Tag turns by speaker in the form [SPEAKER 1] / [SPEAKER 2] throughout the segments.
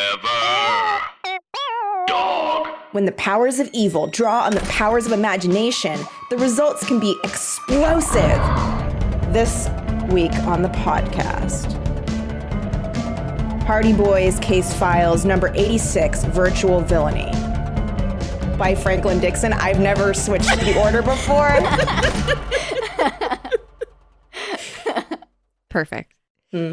[SPEAKER 1] Forever. Dog.
[SPEAKER 2] When the powers of evil draw on the powers of imagination, the results can be explosive. This week on the podcast Party Boys Case Files Number 86 Virtual Villainy by Franklin Dixon. I've never switched the order before.
[SPEAKER 3] Perfect.
[SPEAKER 2] Hmm.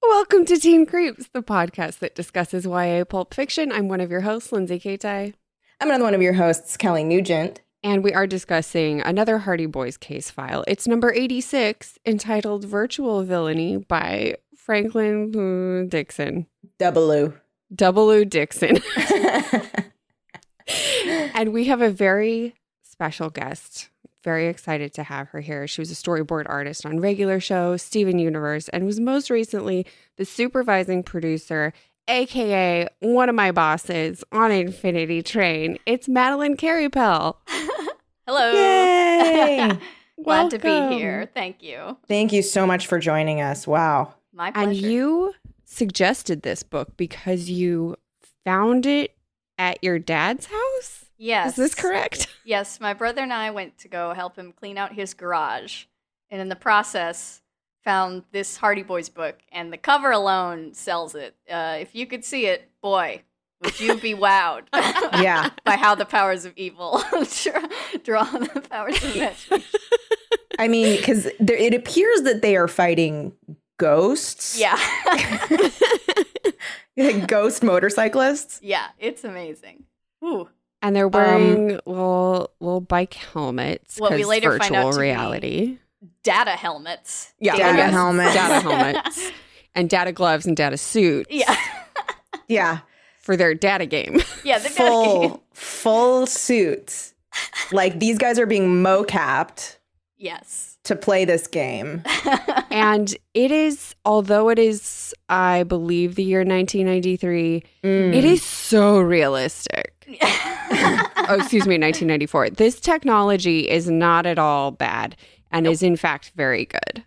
[SPEAKER 3] Welcome to Teen Creeps, the podcast that discusses YA pulp fiction. I'm one of your hosts, Lindsay Kaitai,
[SPEAKER 2] I'm another one of your hosts, Kelly Nugent.
[SPEAKER 3] and we are discussing another Hardy Boys case file. It's number 86, entitled Virtual Villainy by Franklin mm, Dixon.
[SPEAKER 2] Double U.
[SPEAKER 3] Double O Dixon. and we have a very special guest. Very excited to have her here. She was a storyboard artist on regular show, Steven Universe, and was most recently the supervising producer, aka one of my bosses on Infinity Train. It's Madeline Carripel.
[SPEAKER 4] Hello.
[SPEAKER 2] Yay!
[SPEAKER 4] Glad to
[SPEAKER 3] Welcome.
[SPEAKER 4] be here. Thank you.
[SPEAKER 2] Thank you so much for joining us. Wow.
[SPEAKER 4] My pleasure.
[SPEAKER 3] And you suggested this book because you found it at your dad's house.
[SPEAKER 4] Yes.
[SPEAKER 3] Is this correct?
[SPEAKER 4] Yes, my brother and I went to go help him clean out his garage, and in the process, found this Hardy Boys book, and the cover alone sells it. Uh, if you could see it, boy, would you be wowed
[SPEAKER 2] Yeah.
[SPEAKER 4] by how the powers of evil draw- draw on the powers of imagination.
[SPEAKER 2] I mean, because it appears that they are fighting ghosts.
[SPEAKER 4] Yeah,
[SPEAKER 2] Ghost motorcyclists.
[SPEAKER 4] yeah, it's amazing. Ooh,
[SPEAKER 3] And they're wearing little little bike helmets.
[SPEAKER 4] Um, What we
[SPEAKER 3] 'cause
[SPEAKER 4] later
[SPEAKER 3] virtual
[SPEAKER 4] find out to be-
[SPEAKER 3] reality.
[SPEAKER 4] data helmets.
[SPEAKER 2] Yeah.
[SPEAKER 4] Data
[SPEAKER 2] Yes.
[SPEAKER 4] helmets.
[SPEAKER 3] Data helmets. And data gloves and data suits
[SPEAKER 4] Yeah,
[SPEAKER 2] Yeah.
[SPEAKER 3] for their data game.
[SPEAKER 4] yeah, they've got a-
[SPEAKER 2] Full, full suits. Like these guys are being mocapped
[SPEAKER 4] Yes.
[SPEAKER 2] to play this game.
[SPEAKER 3] and it is, although it is, I believe, the year 1993,
[SPEAKER 4] Hmm.
[SPEAKER 2] Mm.
[SPEAKER 3] it is so realistic.
[SPEAKER 4] yeah.
[SPEAKER 3] Oh, excuse me, 1994. This technology is not at all bad and is, in fact, very good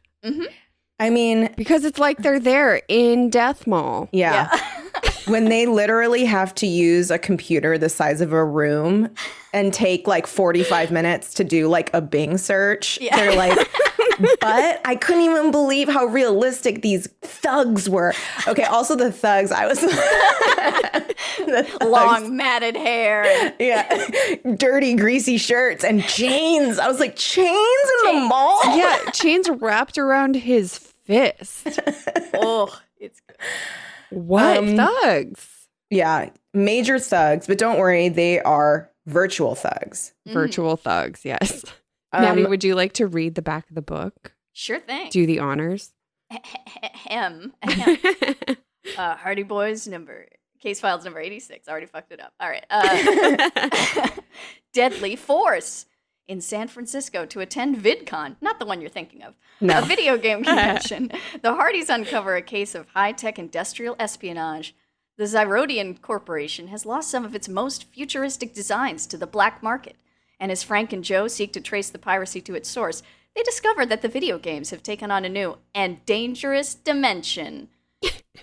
[SPEAKER 2] I mean,
[SPEAKER 3] because it's like they're there in Death Mall.
[SPEAKER 2] yeah. when they literally have to use a computer the size of a room and take like 45 minutes to do like a Bing search,
[SPEAKER 4] Yeah.
[SPEAKER 2] they're like, but I couldn't even believe how realistic these thugs were. Okay, also the thugs, I was the thugs.
[SPEAKER 4] Long matted hair.
[SPEAKER 2] Yeah, dirty, greasy shirts and chains. I was like, chains in the mall?
[SPEAKER 3] Yeah, chains wrapped around his fist.
[SPEAKER 4] Oh, it's good.
[SPEAKER 3] What
[SPEAKER 2] Um,
[SPEAKER 3] thugs?
[SPEAKER 2] Yeah, major thugs, but don't worry, they are virtual thugs.
[SPEAKER 4] Mhm.
[SPEAKER 3] Virtual thugs, yes.
[SPEAKER 2] Um,
[SPEAKER 3] Maddie, would you like to read the back of the book?
[SPEAKER 4] Sure thing.
[SPEAKER 3] Do the honors.
[SPEAKER 4] Hem.
[SPEAKER 3] That's
[SPEAKER 4] uh, Hardy Boys number, case files number 86. I already fucked it up. All right. Uh, deadly Force in San Francisco to attend VidCon. Not the one you're thinking of.
[SPEAKER 2] No.
[SPEAKER 4] A video game convention. the Hardys uncover a case of high tech industrial espionage. The Zyrodian Corporation has lost some of its most futuristic designs to the black market. And as Frank and Joe seek to trace the piracy to its source, they discover that the video games have taken on a new and dangerous dimension.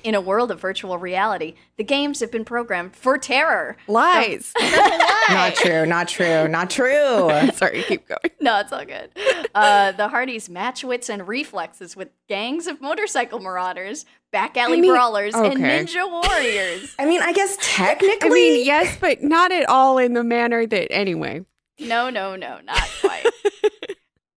[SPEAKER 4] In a world of virtual reality, the games have been programmed for terror.
[SPEAKER 3] Lies.
[SPEAKER 2] Not true, not true, not true.
[SPEAKER 3] Sorry, keep going.
[SPEAKER 4] No, it's all good. Uh, the Hardys match wits and reflexes with gangs of motorcycle marauders, back alley
[SPEAKER 3] I mean,
[SPEAKER 4] brawlers, and
[SPEAKER 3] okay.
[SPEAKER 4] ninja warriors.
[SPEAKER 2] I mean, I guess
[SPEAKER 3] I
[SPEAKER 2] technically,
[SPEAKER 3] mean, yes, but not at all in the manner that, anyway.
[SPEAKER 4] no, no, no, not quite.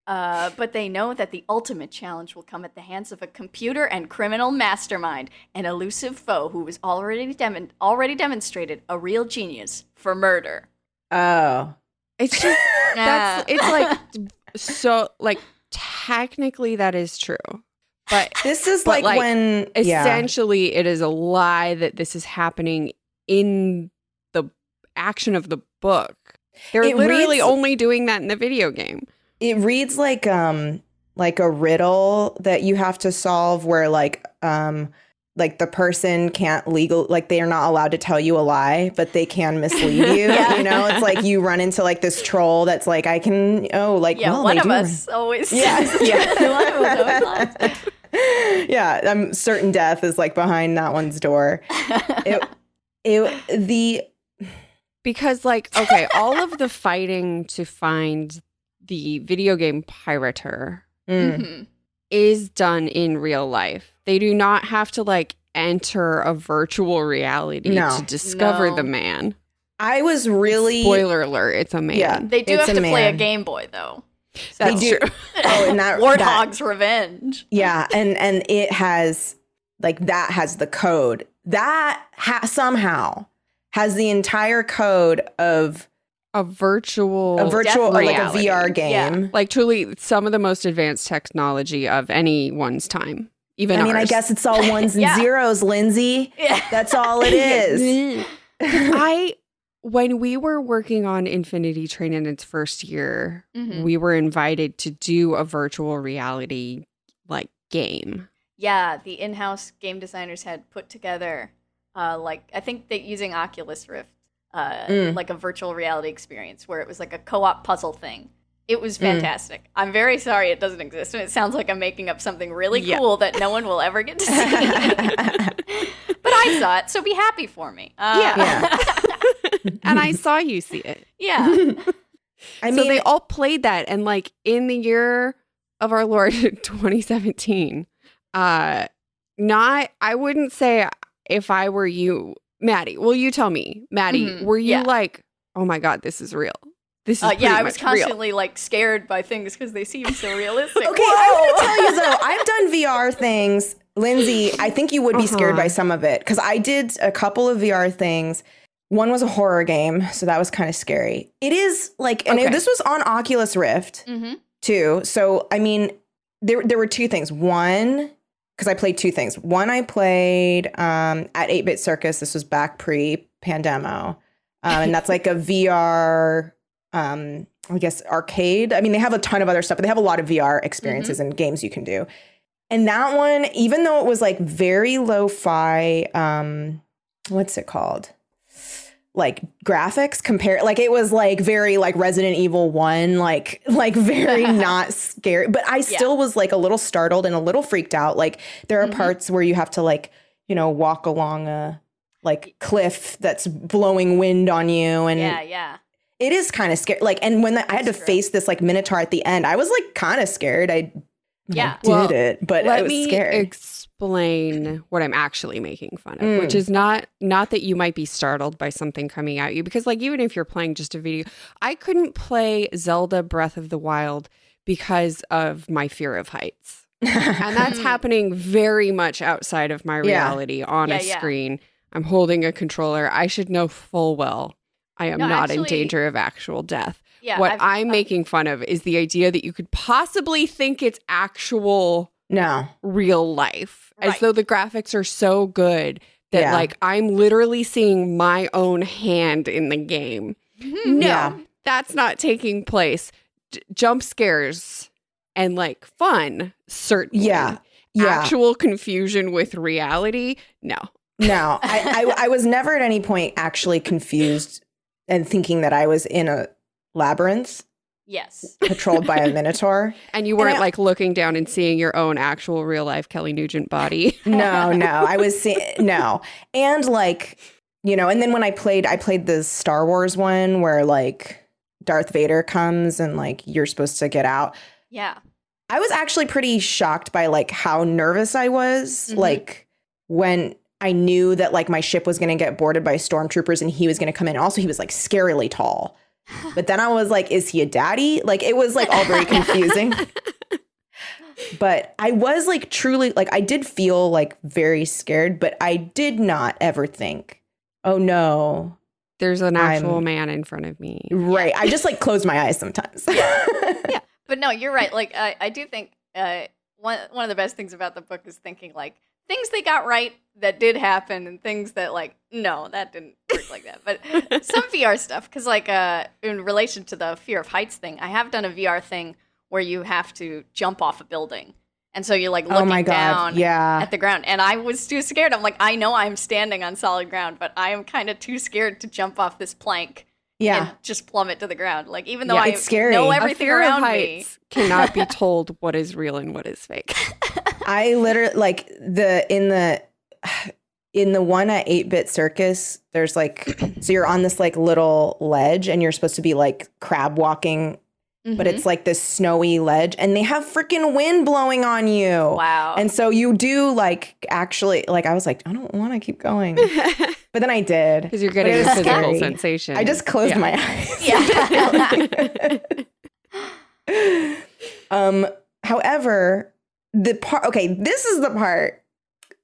[SPEAKER 4] Uh, but they know that the ultimate challenge will come at the hands of a computer and criminal mastermind, an elusive foe who has already demon already demonstrated a real genius for murder.
[SPEAKER 2] oh,
[SPEAKER 3] It's just, that's,
[SPEAKER 4] Nah.
[SPEAKER 3] it's like, so, like, technically that is true. But
[SPEAKER 2] this is
[SPEAKER 3] But,
[SPEAKER 2] like,
[SPEAKER 3] like,
[SPEAKER 2] when yeah,
[SPEAKER 3] essentially it is a lie that this is happening in the action of the book. They're
[SPEAKER 2] It
[SPEAKER 3] literally
[SPEAKER 2] reads-
[SPEAKER 3] only doing that in the video game.
[SPEAKER 2] it reads like um like a riddle that you have to solve where like um like the person can't legal like they are not allowed to tell you a lie but they can mislead you
[SPEAKER 3] Yeah.
[SPEAKER 2] you know it's like you run into like this troll that's like i can oh like
[SPEAKER 4] Yeah,
[SPEAKER 2] well,
[SPEAKER 4] one
[SPEAKER 2] they
[SPEAKER 4] of
[SPEAKER 2] do
[SPEAKER 4] us always.
[SPEAKER 2] Yeah.
[SPEAKER 4] yeah, one of us always lies.
[SPEAKER 2] yeah, I'm certain death is like behind that one's door. It, it the
[SPEAKER 3] Because, like, okay, all of the fighting to find the video game pirater
[SPEAKER 2] mm,
[SPEAKER 4] Mhm.
[SPEAKER 3] is done in real life. They do not have to, like, enter a virtual reality
[SPEAKER 2] No.
[SPEAKER 3] to discover
[SPEAKER 4] No.
[SPEAKER 3] the man.
[SPEAKER 2] I was really
[SPEAKER 3] Spoiler alert, it's a man.
[SPEAKER 2] Yeah.
[SPEAKER 4] They do
[SPEAKER 2] It's
[SPEAKER 4] have
[SPEAKER 2] a
[SPEAKER 4] to play a
[SPEAKER 2] man.
[SPEAKER 4] Game Boy, though.
[SPEAKER 3] That's
[SPEAKER 2] They do.
[SPEAKER 3] true.
[SPEAKER 2] Oh, and that-
[SPEAKER 4] Warthog's Revenge.
[SPEAKER 2] yeah, and and it has like that has the code that ha- somehow has the entire code of
[SPEAKER 3] A virtual,
[SPEAKER 2] a virtual or like a
[SPEAKER 3] reality.
[SPEAKER 2] VR
[SPEAKER 4] Yeah.
[SPEAKER 2] game.
[SPEAKER 3] like truly some of the most advanced technology of anyone's time. Even
[SPEAKER 2] I mean, I
[SPEAKER 3] ours.
[SPEAKER 2] guess it's all ones and
[SPEAKER 4] Yeah.
[SPEAKER 2] zeros, Lindsay.
[SPEAKER 4] Yeah.
[SPEAKER 2] That's all it is.
[SPEAKER 3] I when we were working on Infinity Train in its first year,
[SPEAKER 4] Mhm.
[SPEAKER 3] we were invited to do a virtual reality like game.
[SPEAKER 4] Yeah, the in-house game designers had put together, uh, like I think they using Oculus Rift, uh,
[SPEAKER 2] Mm.
[SPEAKER 4] like a virtual reality experience where it was like a co-op puzzle thing. It was
[SPEAKER 2] Mm.
[SPEAKER 4] fantastic. I'm very sorry it doesn't exist, and it sounds like I'm making up something really
[SPEAKER 3] Yeah.
[SPEAKER 4] cool that no one will ever get to see. but I saw it, so be happy for me. Uh,
[SPEAKER 3] and I saw you see it.
[SPEAKER 4] yeah,
[SPEAKER 2] I mean,
[SPEAKER 3] so they all played that and like in the year of our Lord 2017, uh not I wouldn't say if I were you, Maddie, will you tell me, Maddie,
[SPEAKER 4] Mhm,
[SPEAKER 3] were you
[SPEAKER 4] yeah.
[SPEAKER 3] like, oh my god, this is real? This is
[SPEAKER 4] Uh,
[SPEAKER 3] pretty
[SPEAKER 4] yeah. I was
[SPEAKER 3] much real."
[SPEAKER 4] constantly like scared by things because they seemed so realistic.
[SPEAKER 2] okay, I'm gonna tell you though, I've done VR things. Lindsay, I think you would be scared
[SPEAKER 3] Uh-huh.
[SPEAKER 2] by some of it because I did a couple of VR things. One was a horror game, so that was kind of scary. It is like, and it-
[SPEAKER 3] Okay.
[SPEAKER 2] this was on Oculus Rift
[SPEAKER 4] hmm
[SPEAKER 2] too. So, I mean, there there were two things. One, because I played two things. One, I played um, at Eight Bit Circus. This was back pre Pandemo, um, and that's like a VR, um, I guess, arcade. I mean, they have a ton of other stuff, but they have a lot of VR experiences and games you can do. And that one, even though it was like very lo-fi, um, what's it called? Like graphics compare like it was like very like Resident Evil 1, like like very not scary. But I still was like a little startled and a little freaked out. Like there are
[SPEAKER 4] Mhm.
[SPEAKER 2] parts where you have to like, you know, walk along a like cliff that's blowing wind on you and
[SPEAKER 4] Yeah, yeah.
[SPEAKER 2] it is kind of scary. Like, and when the, I had to
[SPEAKER 4] That's true.
[SPEAKER 2] face this like minotaur at the end, I was like kind of scared. I
[SPEAKER 4] Yeah.
[SPEAKER 2] I did
[SPEAKER 3] Well,
[SPEAKER 2] it, but
[SPEAKER 3] Let
[SPEAKER 2] I was
[SPEAKER 3] me
[SPEAKER 2] scared.
[SPEAKER 3] explain what I'm actually making fun of,
[SPEAKER 2] Mm.
[SPEAKER 3] which is not not that you might be startled by something coming at you because like even if you're playing just a video, I couldn't play Zelda Breath of the Wild because of my fear of heights. And that's
[SPEAKER 4] Mm.
[SPEAKER 3] happening very much outside of my
[SPEAKER 2] Yeah.
[SPEAKER 3] reality on
[SPEAKER 4] Yeah,
[SPEAKER 3] a
[SPEAKER 4] yeah.
[SPEAKER 3] screen. I'm holding a controller. I should know full well I am
[SPEAKER 4] No,
[SPEAKER 3] not in
[SPEAKER 4] actually-
[SPEAKER 3] danger of actual death
[SPEAKER 4] Yeah,
[SPEAKER 3] what
[SPEAKER 4] I've- uh
[SPEAKER 3] i am
[SPEAKER 4] I've-
[SPEAKER 3] making fun of is the idea that you could possibly think it's actual
[SPEAKER 2] no,
[SPEAKER 3] real life, as
[SPEAKER 4] Right.
[SPEAKER 3] though the graphics are so good that
[SPEAKER 2] Yeah.
[SPEAKER 3] like I'm literally seeing my own hand in the game.
[SPEAKER 4] Mhm.
[SPEAKER 3] No,
[SPEAKER 2] Hmm. Yeah.
[SPEAKER 3] that's not taking place. J- jump scares and like fun, certainly.
[SPEAKER 2] yeah, yeah,
[SPEAKER 3] Actual confusion with reality, no.
[SPEAKER 2] no. I, I, I was never at any point actually confused and thinking that I was in a labyrinth
[SPEAKER 4] Yes.
[SPEAKER 2] patrolled by a minotaur.
[SPEAKER 3] And you weren't
[SPEAKER 2] I-
[SPEAKER 3] like looking down and seeing your own actual real life Kelly Nugent body.
[SPEAKER 2] No, no, I was seeing no, and like you know, and then when I played, I played the Star Wars one where like Darth Vader comes and like you're supposed to get out.
[SPEAKER 4] Yeah.
[SPEAKER 2] I was actually pretty shocked by like how nervous I was,
[SPEAKER 4] Mhm.
[SPEAKER 2] like when I knew that like my ship was going to get boarded by stormtroopers and he was going to come in. Also, he was like scarily tall. But then I was like, is he a daddy? Like it was like all very confusing. but I was like truly like I did feel like very scared, but I did not ever think, oh no.
[SPEAKER 3] There's an actual
[SPEAKER 2] I'm-
[SPEAKER 3] man in front of me.
[SPEAKER 2] Right. I just like closed my eyes sometimes.
[SPEAKER 4] Yeah. But no, you're right. Like I, I do think uh, one one of the best things about the book is thinking like things they got right that did happen and things that like no that didn't work like that. But some VR stuff because like uh, in relation to the fear of heights thing, I have done a VR thing where you have to jump off a building, and so you're like looking
[SPEAKER 2] oh my god.
[SPEAKER 4] down.
[SPEAKER 2] Yeah.
[SPEAKER 4] At the ground, and I was too scared. I'm like, I know I'm standing on solid ground, but I am kind of too scared to jump off this plank
[SPEAKER 2] Yeah.
[SPEAKER 4] and just plummet to the ground. Like even though
[SPEAKER 2] Yeah,
[SPEAKER 4] I
[SPEAKER 2] it's scary. A
[SPEAKER 4] know
[SPEAKER 3] A
[SPEAKER 4] everything
[SPEAKER 3] fear of
[SPEAKER 4] around me,
[SPEAKER 3] heights cannot be told what is real and what is fake.
[SPEAKER 2] I literally like the in the in the one at 8-bit circus there's like so you're on this like little ledge and you're supposed to be like crab walking
[SPEAKER 4] Mm-hmm.
[SPEAKER 2] but it's like this snowy ledge and they have freaking wind blowing on you
[SPEAKER 4] wow.
[SPEAKER 2] and so you do like actually like I was like I don't want to keep going but
[SPEAKER 3] Because
[SPEAKER 2] then I did
[SPEAKER 3] you're getting
[SPEAKER 2] it
[SPEAKER 3] a
[SPEAKER 2] was
[SPEAKER 3] physical
[SPEAKER 2] scary.
[SPEAKER 3] sensation.
[SPEAKER 2] I just closed
[SPEAKER 3] Yeah.
[SPEAKER 2] my eyes
[SPEAKER 4] yeah.
[SPEAKER 2] um however the part okay this is the part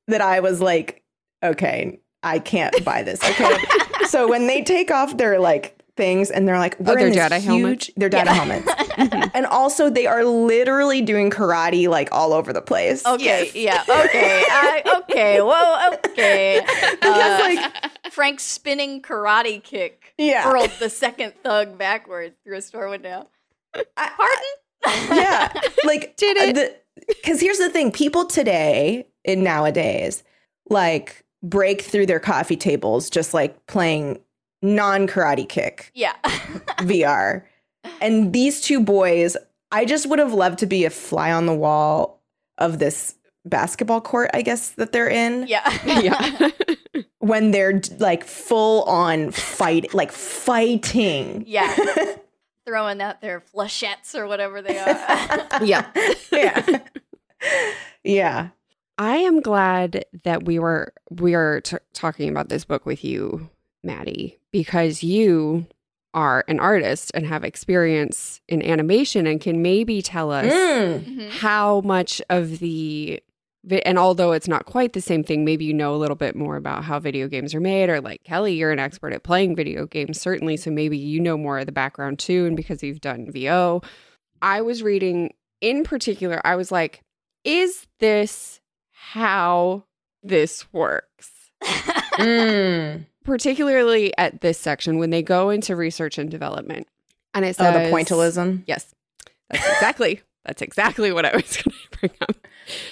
[SPEAKER 2] that i was like okay i can't buy this okay so when they take off their like things and they're like we're
[SPEAKER 3] their
[SPEAKER 2] in this
[SPEAKER 3] Jedi
[SPEAKER 2] huge
[SPEAKER 3] helmets?
[SPEAKER 2] their data helmets and also they are literally doing karate like all over the place
[SPEAKER 4] okay. Yeah. Okay. I, okay. Whoa. Okay.
[SPEAKER 2] because
[SPEAKER 4] Uh,
[SPEAKER 2] like
[SPEAKER 4] Frank's spinning karate kick
[SPEAKER 2] yeah
[SPEAKER 4] hurled the second thug backwards through a store window.
[SPEAKER 2] I-
[SPEAKER 4] Pardon?
[SPEAKER 2] yeah like
[SPEAKER 3] Did it.
[SPEAKER 2] because here's the thing people today in nowadays like break through their coffee tables just like playing non karate kick
[SPEAKER 4] yeah.
[SPEAKER 2] vr and these two boys i just would have loved to be a fly on the wall of this basketball court i guess that they're in
[SPEAKER 4] Yeah.
[SPEAKER 3] yeah.
[SPEAKER 2] when they're like full on fight like fighting
[SPEAKER 4] Yeah. Throwing out their flechettes or whatever they are.
[SPEAKER 3] Yeah.
[SPEAKER 2] yeah yeah
[SPEAKER 3] I am glad that we were we are t- talking about this book with you, Maddie, because you are an artist and have experience in animation and can maybe tell us
[SPEAKER 2] Mm.
[SPEAKER 4] Mhm.
[SPEAKER 3] how much of the vi- and although it's not quite the same thing, maybe you know a little bit more about how video games are made, or like Kelly, you're an expert at playing video games, certainly. So maybe you know more of the background too. And because you've done VO, I was reading in particular, I was like, is this how this works?
[SPEAKER 2] Mm.
[SPEAKER 3] Particularly at this section when they go into research and development. And it
[SPEAKER 2] Oh,
[SPEAKER 3] says,
[SPEAKER 2] the pointillism.
[SPEAKER 3] Yes. That's exactly. that's exactly what I was going to bring up.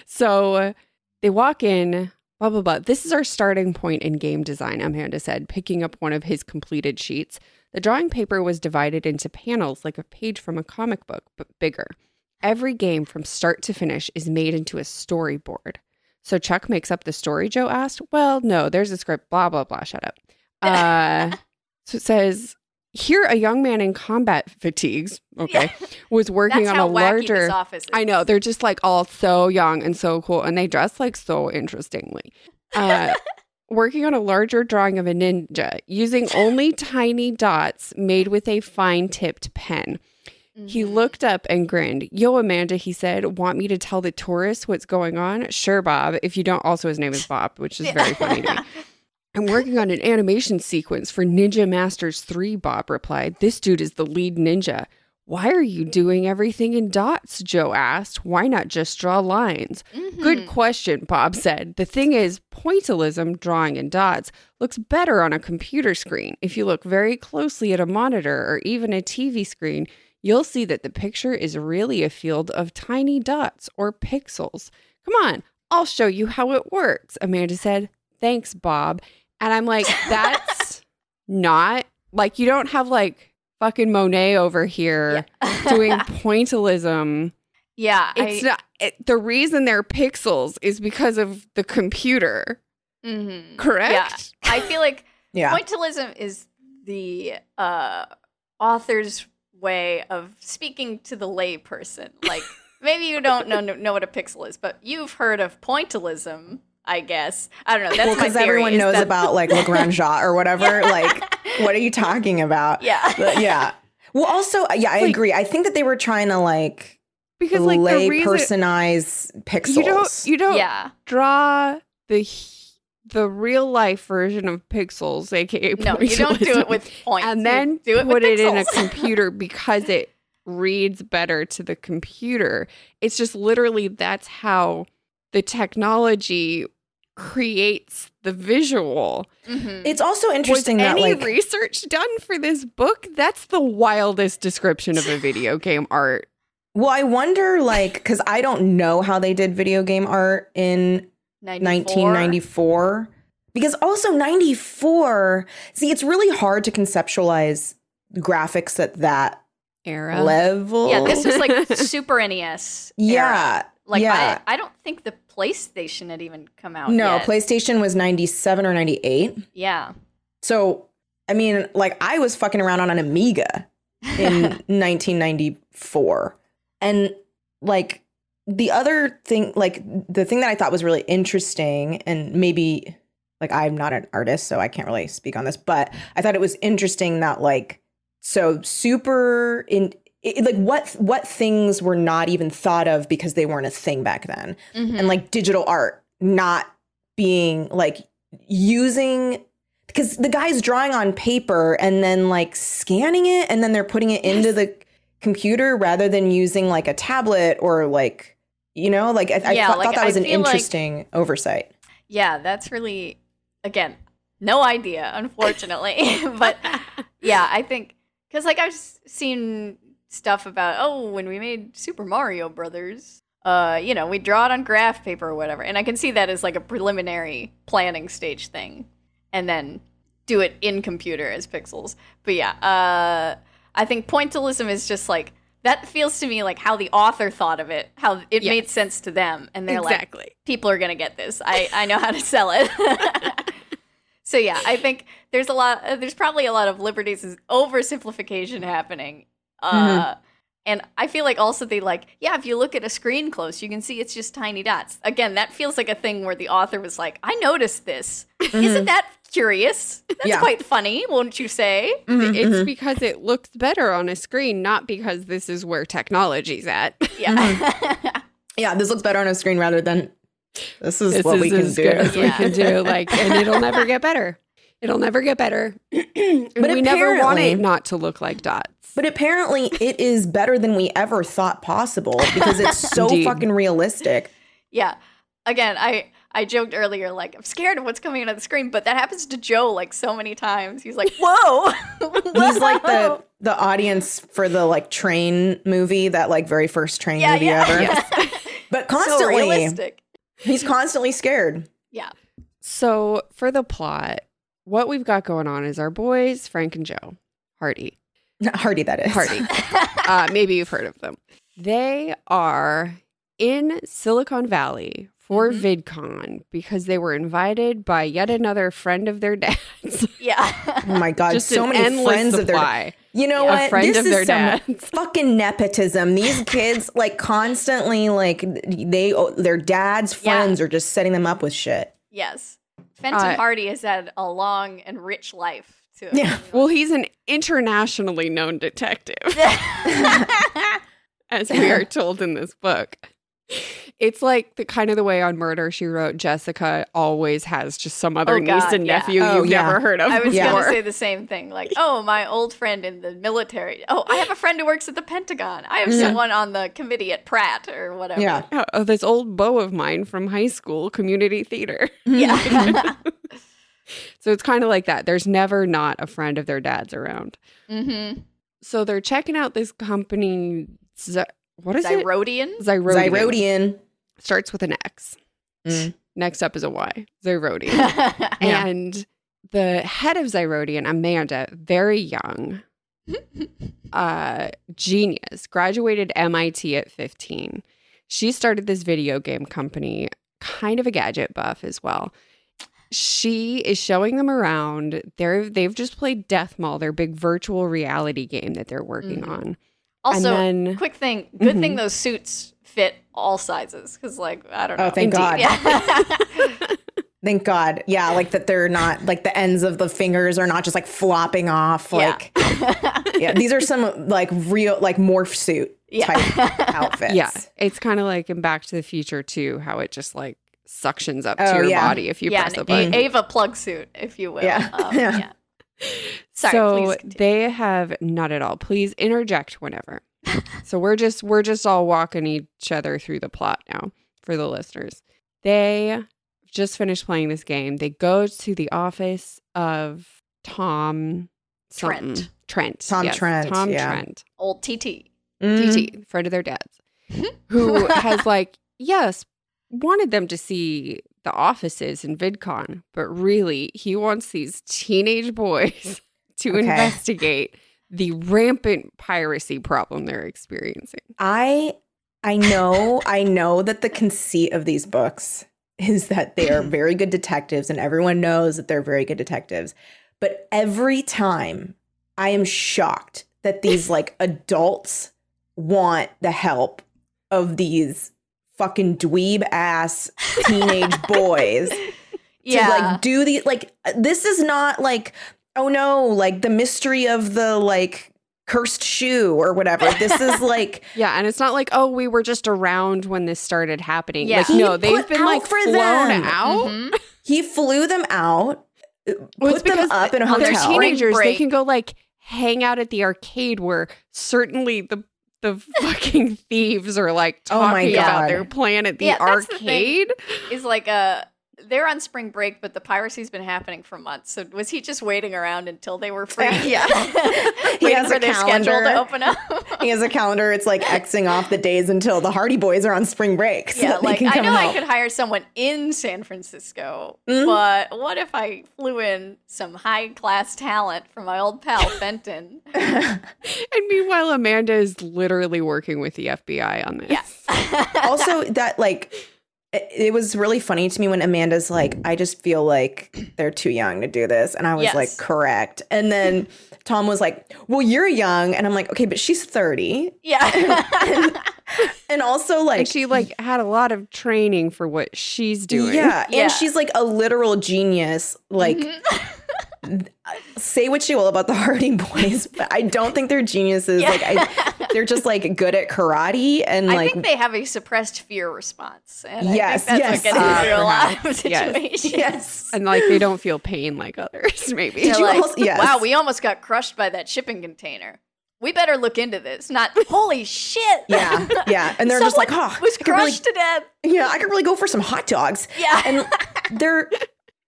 [SPEAKER 3] So they walk in, blah, blah, blah. This is our starting point in game design, Amanda said, picking up one of his completed sheets. The drawing paper was divided into panels like a page from a comic book, but bigger. Every game from start to finish is made into a storyboard. So Chuck makes up the story, Joe asked. Well, no, there's a script, blah, blah, blah. Shut up. Uh, so it says, here a young man in combat fatigues, okay, was working
[SPEAKER 4] That's
[SPEAKER 3] on
[SPEAKER 4] how
[SPEAKER 3] a
[SPEAKER 4] wacky
[SPEAKER 3] larger.
[SPEAKER 4] This office is.
[SPEAKER 3] I know they're just like all so young and so cool, and they dress like so interestingly. Uh, working on a larger drawing of a ninja using only tiny dots made with a fine tipped pen. He
[SPEAKER 4] Mhm.
[SPEAKER 3] looked up and grinned. Yo, Amanda, he said, want me to tell the tourists what's going on? Sure, Bob. If you don't, also his name is Bob, which is very funny to me. I'm working on an animation sequence for Ninja Masters 3, Bob replied. This dude is the lead ninja. Why are you doing everything in dots? Joe asked. Why not just draw lines? Good
[SPEAKER 4] Mhm.
[SPEAKER 3] question, Bob said. The thing is, pointillism, drawing in dots, looks better on a computer screen. If you look very closely at a monitor or even a TV screen, you'll see that the picture is really a field of tiny dots or pixels. Come on, I'll show you how it works, Amanda said. Thanks, Bob. And I'm like, that's not like you don't have like fucking Monet over here doing pointillism.
[SPEAKER 4] yeah.
[SPEAKER 3] It's not it, the reason they're pixels is because of the computer,
[SPEAKER 4] I, mhm.
[SPEAKER 3] correct?
[SPEAKER 4] I feel like
[SPEAKER 2] Yeah.
[SPEAKER 4] pointillism is the uh, author's way of speaking to the layperson. Like maybe you don't know know what a pixel is, but you've heard of pointillism, I guess. I don't know. That's
[SPEAKER 2] Well,
[SPEAKER 4] my
[SPEAKER 2] because
[SPEAKER 4] theory.
[SPEAKER 2] everyone
[SPEAKER 4] is
[SPEAKER 2] knows
[SPEAKER 4] that-
[SPEAKER 2] about like Lagrangia or whatever. Like, what are you talking about?
[SPEAKER 4] yeah.
[SPEAKER 2] But, yeah. Well, also, uh, yeah, I
[SPEAKER 3] Like-
[SPEAKER 2] agree. I think that they were trying to like,
[SPEAKER 3] Because like the
[SPEAKER 2] lay
[SPEAKER 3] reason
[SPEAKER 2] personize pixels.
[SPEAKER 3] you don't you don't
[SPEAKER 4] Yeah.
[SPEAKER 3] draw the h- the real life version of pixels, aka
[SPEAKER 4] No, you don't do it
[SPEAKER 3] pointillism,
[SPEAKER 4] with points.
[SPEAKER 3] and
[SPEAKER 4] You
[SPEAKER 3] then
[SPEAKER 4] do it
[SPEAKER 3] put
[SPEAKER 4] with
[SPEAKER 3] it in a
[SPEAKER 4] pixels.
[SPEAKER 3] computer because it reads better to the computer. It's just literally that's how the technology creates the visual.
[SPEAKER 4] Mhm.
[SPEAKER 2] it's also interesting
[SPEAKER 3] Was
[SPEAKER 2] that
[SPEAKER 3] any
[SPEAKER 2] like
[SPEAKER 3] research done for this book? That's the wildest description of a video game art.
[SPEAKER 2] well i wonder like because i don't know how they did video game art in 1994 because also 94 see it's really hard to conceptualize graphics at that
[SPEAKER 3] era.
[SPEAKER 2] level.
[SPEAKER 4] Yeah, this was like Super NES. era.
[SPEAKER 2] yeah.
[SPEAKER 4] Like
[SPEAKER 2] yeah.
[SPEAKER 4] I, I don't think the PlayStation had even come out.
[SPEAKER 2] no,
[SPEAKER 4] yet.
[SPEAKER 2] PlayStation was 97 or 98.
[SPEAKER 4] Yeah.
[SPEAKER 2] So, I mean, like I was fucking around on an Amiga in 1994. And like the other thing, like the thing that I thought was really interesting, and maybe like I'm not an artist, so I can't really speak on this, but I thought it was interesting that like so super in it, like what what things were not even thought of because they weren't a thing back then
[SPEAKER 4] Mhm.
[SPEAKER 2] and like digital art not being like using because the guy's drawing on paper and then like scanning it and then they're putting it into the computer rather than using like a tablet or like you know like i, I
[SPEAKER 4] Yeah,
[SPEAKER 2] thought-
[SPEAKER 4] like,
[SPEAKER 2] thought that
[SPEAKER 4] I
[SPEAKER 2] was an
[SPEAKER 4] feel like-
[SPEAKER 2] interesting oversight
[SPEAKER 4] yeah, that's really again, no idea, unfortunately. but yeah, I think because like I've s- seen stuff about oh when we made Super Mario Brothers, uh, you know we draw it on graph paper or whatever, and I can see that as like a preliminary planning stage thing, and then do it in computer as pixels. But yeah, uh, I think pointillism is just like that feels to me like how the author thought of it, how it
[SPEAKER 3] Yes.
[SPEAKER 4] made sense to them, and they're like
[SPEAKER 3] exactly.
[SPEAKER 4] people are gonna get this. I, I know how to sell it. so yeah, I think there's a lot. uh, There's probably a lot of liberties oversimplification happening. Uh, And I feel like also they like, yeah, if you look at a screen close, you can see it's just tiny dots. Again, that feels like a thing where the author was like, I noticed this. Isn't that curious? That's
[SPEAKER 2] Yeah.
[SPEAKER 4] quite funny, won't you say?
[SPEAKER 2] Mm-hmm,
[SPEAKER 3] It's because it looks better on a screen, not because this is where technology's at.
[SPEAKER 4] Yeah.
[SPEAKER 2] yeah this looks better on a screen rather than this is
[SPEAKER 3] This
[SPEAKER 2] what
[SPEAKER 3] is
[SPEAKER 2] we can
[SPEAKER 3] as good
[SPEAKER 2] do
[SPEAKER 3] as we can do. Like, and it'll never get better. It'll never get better. but we never want
[SPEAKER 2] apparently-
[SPEAKER 3] it not to look like dots.
[SPEAKER 2] but apparently it is better than we ever thought possible because it's so
[SPEAKER 3] Indeed.
[SPEAKER 2] fucking realistic
[SPEAKER 4] Yeah. Again, I I joked earlier like I'm scared of what's coming out of the screen, but that happens to Joe like so many times. He's like, "Whoa."
[SPEAKER 2] He's like the the audience for the like train movie, that like very first train
[SPEAKER 4] Yeah,
[SPEAKER 2] movie
[SPEAKER 4] yeah.
[SPEAKER 2] ever.
[SPEAKER 4] yeah.
[SPEAKER 2] But
[SPEAKER 4] so
[SPEAKER 2] constantly,
[SPEAKER 4] realistic.
[SPEAKER 2] he's constantly scared.
[SPEAKER 4] Yeah.
[SPEAKER 3] So, for the plot, what we've got going on is our boys, Frank and Joe Hardy.
[SPEAKER 2] Not Hardy, that is
[SPEAKER 3] Hardy. uh, maybe you've heard of them. They are in Silicon Valley for VidCon because they were invited by yet another friend of their dad's.
[SPEAKER 4] Yeah.
[SPEAKER 2] Oh my god,
[SPEAKER 3] Just
[SPEAKER 2] so
[SPEAKER 3] an
[SPEAKER 2] many
[SPEAKER 3] endless
[SPEAKER 2] friends of their.
[SPEAKER 3] supply.
[SPEAKER 2] You know
[SPEAKER 3] A
[SPEAKER 2] what?
[SPEAKER 3] friend
[SPEAKER 2] this
[SPEAKER 3] of
[SPEAKER 2] is
[SPEAKER 3] their
[SPEAKER 2] some
[SPEAKER 3] dad's.
[SPEAKER 2] fucking nepotism. These kids like constantly like they oh, their dad's
[SPEAKER 4] Yeah.
[SPEAKER 2] friends are just setting them up with shit.
[SPEAKER 4] Yes. Fenton
[SPEAKER 3] Uh,
[SPEAKER 4] Hardy has had a long and rich life too.
[SPEAKER 2] Yeah.
[SPEAKER 3] Well, he's an internationally known detective, as we are told in this book. It's like the kind of the way on Murder She Wrote, Jessica always has just some other
[SPEAKER 4] Oh,
[SPEAKER 3] niece
[SPEAKER 4] God,
[SPEAKER 3] and
[SPEAKER 4] yeah.
[SPEAKER 3] nephew
[SPEAKER 2] Oh,
[SPEAKER 3] you've
[SPEAKER 2] yeah.
[SPEAKER 3] never heard of
[SPEAKER 4] I was
[SPEAKER 2] Yeah.
[SPEAKER 4] going to
[SPEAKER 3] before.
[SPEAKER 4] say the same thing. Like, oh, my old friend in the military. Oh, I have a friend who works at the Pentagon. I have
[SPEAKER 2] Yeah.
[SPEAKER 4] someone on the committee at Pratt or whatever.
[SPEAKER 2] Yeah,
[SPEAKER 3] Oh, this old beau of mine from high school, community theater.
[SPEAKER 4] Yeah.
[SPEAKER 3] So it's kind of like that. There's never not a friend of their dad's around.
[SPEAKER 4] mm-hmm.
[SPEAKER 3] So they're checking out this company. Z- what is it?
[SPEAKER 4] Zyrodian?
[SPEAKER 3] Zyrodian.
[SPEAKER 2] Zyrodian.
[SPEAKER 3] Starts with an X.
[SPEAKER 2] Mm.
[SPEAKER 3] Next up is a Y. Zyrodian.
[SPEAKER 4] yeah.
[SPEAKER 2] Yeah.
[SPEAKER 3] And the head of Zyrodian, Amanda, very young, uh, genius, graduated MIT at 15. She started this video game company, kind of a gadget buff as well. She is showing them around. They're they've just played Death Mall, their big virtual reality game that they're working
[SPEAKER 2] Mm.
[SPEAKER 4] Mhm.
[SPEAKER 3] on.
[SPEAKER 4] Also,
[SPEAKER 3] and then
[SPEAKER 4] quick thing. Good thing
[SPEAKER 2] Mm-hmm.
[SPEAKER 3] Mhm.
[SPEAKER 4] those suits fit all sizes because, like, I don't know.
[SPEAKER 2] Oh, thank
[SPEAKER 3] Indeed.
[SPEAKER 2] God.
[SPEAKER 4] Yeah.
[SPEAKER 2] Thank God. Yeah, like that they're not like the ends of the fingers are not just like flopping off.
[SPEAKER 4] Yeah.
[SPEAKER 2] Like, yeah, these are some like real like morph suit
[SPEAKER 4] Yeah.
[SPEAKER 2] type outfits.
[SPEAKER 3] yeah, it's kind of like in Back to the Future too, how it just like suctions up to
[SPEAKER 2] Oh,
[SPEAKER 3] your
[SPEAKER 2] yeah.
[SPEAKER 3] body if you
[SPEAKER 4] yeah,
[SPEAKER 3] press
[SPEAKER 4] an
[SPEAKER 3] a button.
[SPEAKER 4] A- Ava plug suit, if you will.
[SPEAKER 2] Yeah.
[SPEAKER 4] Um,
[SPEAKER 2] Yeah.
[SPEAKER 4] yeah. Sorry,
[SPEAKER 3] so
[SPEAKER 4] please continue.
[SPEAKER 3] they have not at all. Please interject whenever. so we're just we're just all walking each other through the plot now for the listeners. They just finished playing this game. They go to the office of Tom something.
[SPEAKER 4] Trent.
[SPEAKER 3] Trent.
[SPEAKER 2] Tom Trent,
[SPEAKER 3] Tom
[SPEAKER 2] yeah.
[SPEAKER 3] Trent.
[SPEAKER 4] Old TT.
[SPEAKER 2] Mm.
[SPEAKER 3] TT, friend of their dad's,
[SPEAKER 2] Mm-hmm.
[SPEAKER 3] who has like, yes, wanted them to see the offices in VidCon, but really he wants these teenage boys to
[SPEAKER 2] Okay.
[SPEAKER 3] investigate the rampant piracy problem they're experiencing.
[SPEAKER 2] I I know I know that the conceit of these books is that they are very good detectives and everyone knows that they're very good detectives. But every time I am shocked that these like adults want the help of these fucking dweeb ass teenage boys
[SPEAKER 4] Yeah.
[SPEAKER 2] to like do the like this is not like oh no like the mystery of the like cursed shoe or whatever this is like
[SPEAKER 3] Yeah, and it's not like oh we were just around when this started happening.
[SPEAKER 4] Yeah.
[SPEAKER 3] like
[SPEAKER 2] He
[SPEAKER 3] no, they've
[SPEAKER 2] put
[SPEAKER 3] been
[SPEAKER 2] out
[SPEAKER 3] like
[SPEAKER 2] for
[SPEAKER 3] flown
[SPEAKER 2] them. Mm-hmm.
[SPEAKER 3] out.
[SPEAKER 4] Mm-hmm.
[SPEAKER 5] Mhm.
[SPEAKER 2] he flew them out uh,
[SPEAKER 3] Well, it's
[SPEAKER 2] put them
[SPEAKER 3] because
[SPEAKER 2] up in a
[SPEAKER 3] when
[SPEAKER 4] on their
[SPEAKER 3] they're
[SPEAKER 2] hotel
[SPEAKER 4] teen-
[SPEAKER 3] teenagers, they
[SPEAKER 4] Break.
[SPEAKER 3] can go like hang out at the arcade where certainly the the fucking thieves are like
[SPEAKER 2] Oh my
[SPEAKER 3] talking about
[SPEAKER 2] God.
[SPEAKER 3] their plan at the
[SPEAKER 4] Yeah, that's the thing.
[SPEAKER 3] arcade.
[SPEAKER 4] is like a they're on spring break, but the piracy's been happening for months. So was he just waiting around until they were free?
[SPEAKER 2] Yeah. He
[SPEAKER 4] waiting
[SPEAKER 2] has
[SPEAKER 4] for
[SPEAKER 2] a
[SPEAKER 4] their schedule to
[SPEAKER 2] calendar.
[SPEAKER 4] open up.
[SPEAKER 2] he has a calendar it's like xing off the days until the hardy boys are on spring break so
[SPEAKER 4] yeah,
[SPEAKER 2] that they
[SPEAKER 4] like
[SPEAKER 2] can
[SPEAKER 4] I
[SPEAKER 2] come
[SPEAKER 4] know I
[SPEAKER 2] help.
[SPEAKER 4] could hire someone in San Francisco,
[SPEAKER 2] Mhm.
[SPEAKER 4] but what if I flew in some high class talent from my old pal Fenton?
[SPEAKER 3] And meanwhile, Amanda is literally working with the FBI on this.
[SPEAKER 4] Yes.
[SPEAKER 2] also that like it, it was really funny to me when amanda's like i just feel like they're too young to do this and i was
[SPEAKER 4] Yes.
[SPEAKER 2] like correct and then tom was like well you're young and i'm like okay but she's 30
[SPEAKER 4] yeah.
[SPEAKER 2] and also like
[SPEAKER 3] and she like had a lot of training for what she's doing.
[SPEAKER 2] yeah,
[SPEAKER 4] Yeah.
[SPEAKER 2] and she's like a literal genius like
[SPEAKER 4] Mm-hmm.
[SPEAKER 2] say what you will about the hardy boys but i don't think they're geniuses
[SPEAKER 4] Yeah.
[SPEAKER 2] like I, they're just like good at karate and
[SPEAKER 4] I
[SPEAKER 2] like
[SPEAKER 4] think they have a suppressed fear response. And
[SPEAKER 2] Yes,
[SPEAKER 4] I think
[SPEAKER 2] yes.
[SPEAKER 4] that's what gets
[SPEAKER 2] Uh,
[SPEAKER 4] through a lot of
[SPEAKER 3] perhaps. Yes.
[SPEAKER 4] situations.
[SPEAKER 2] yes
[SPEAKER 3] and like they don't feel pain like others. Maybe
[SPEAKER 4] They're
[SPEAKER 2] you
[SPEAKER 4] like,
[SPEAKER 2] also- yes.
[SPEAKER 4] wow, we almost got crushed by that shipping container. We better look into this. Not, holy shit.
[SPEAKER 2] yeah yeah and they're just like
[SPEAKER 4] Someone
[SPEAKER 2] oh
[SPEAKER 4] was
[SPEAKER 2] I could really-
[SPEAKER 4] crushed to death.
[SPEAKER 2] yeah i could really go for some hot dogs
[SPEAKER 4] Yeah.
[SPEAKER 2] and they're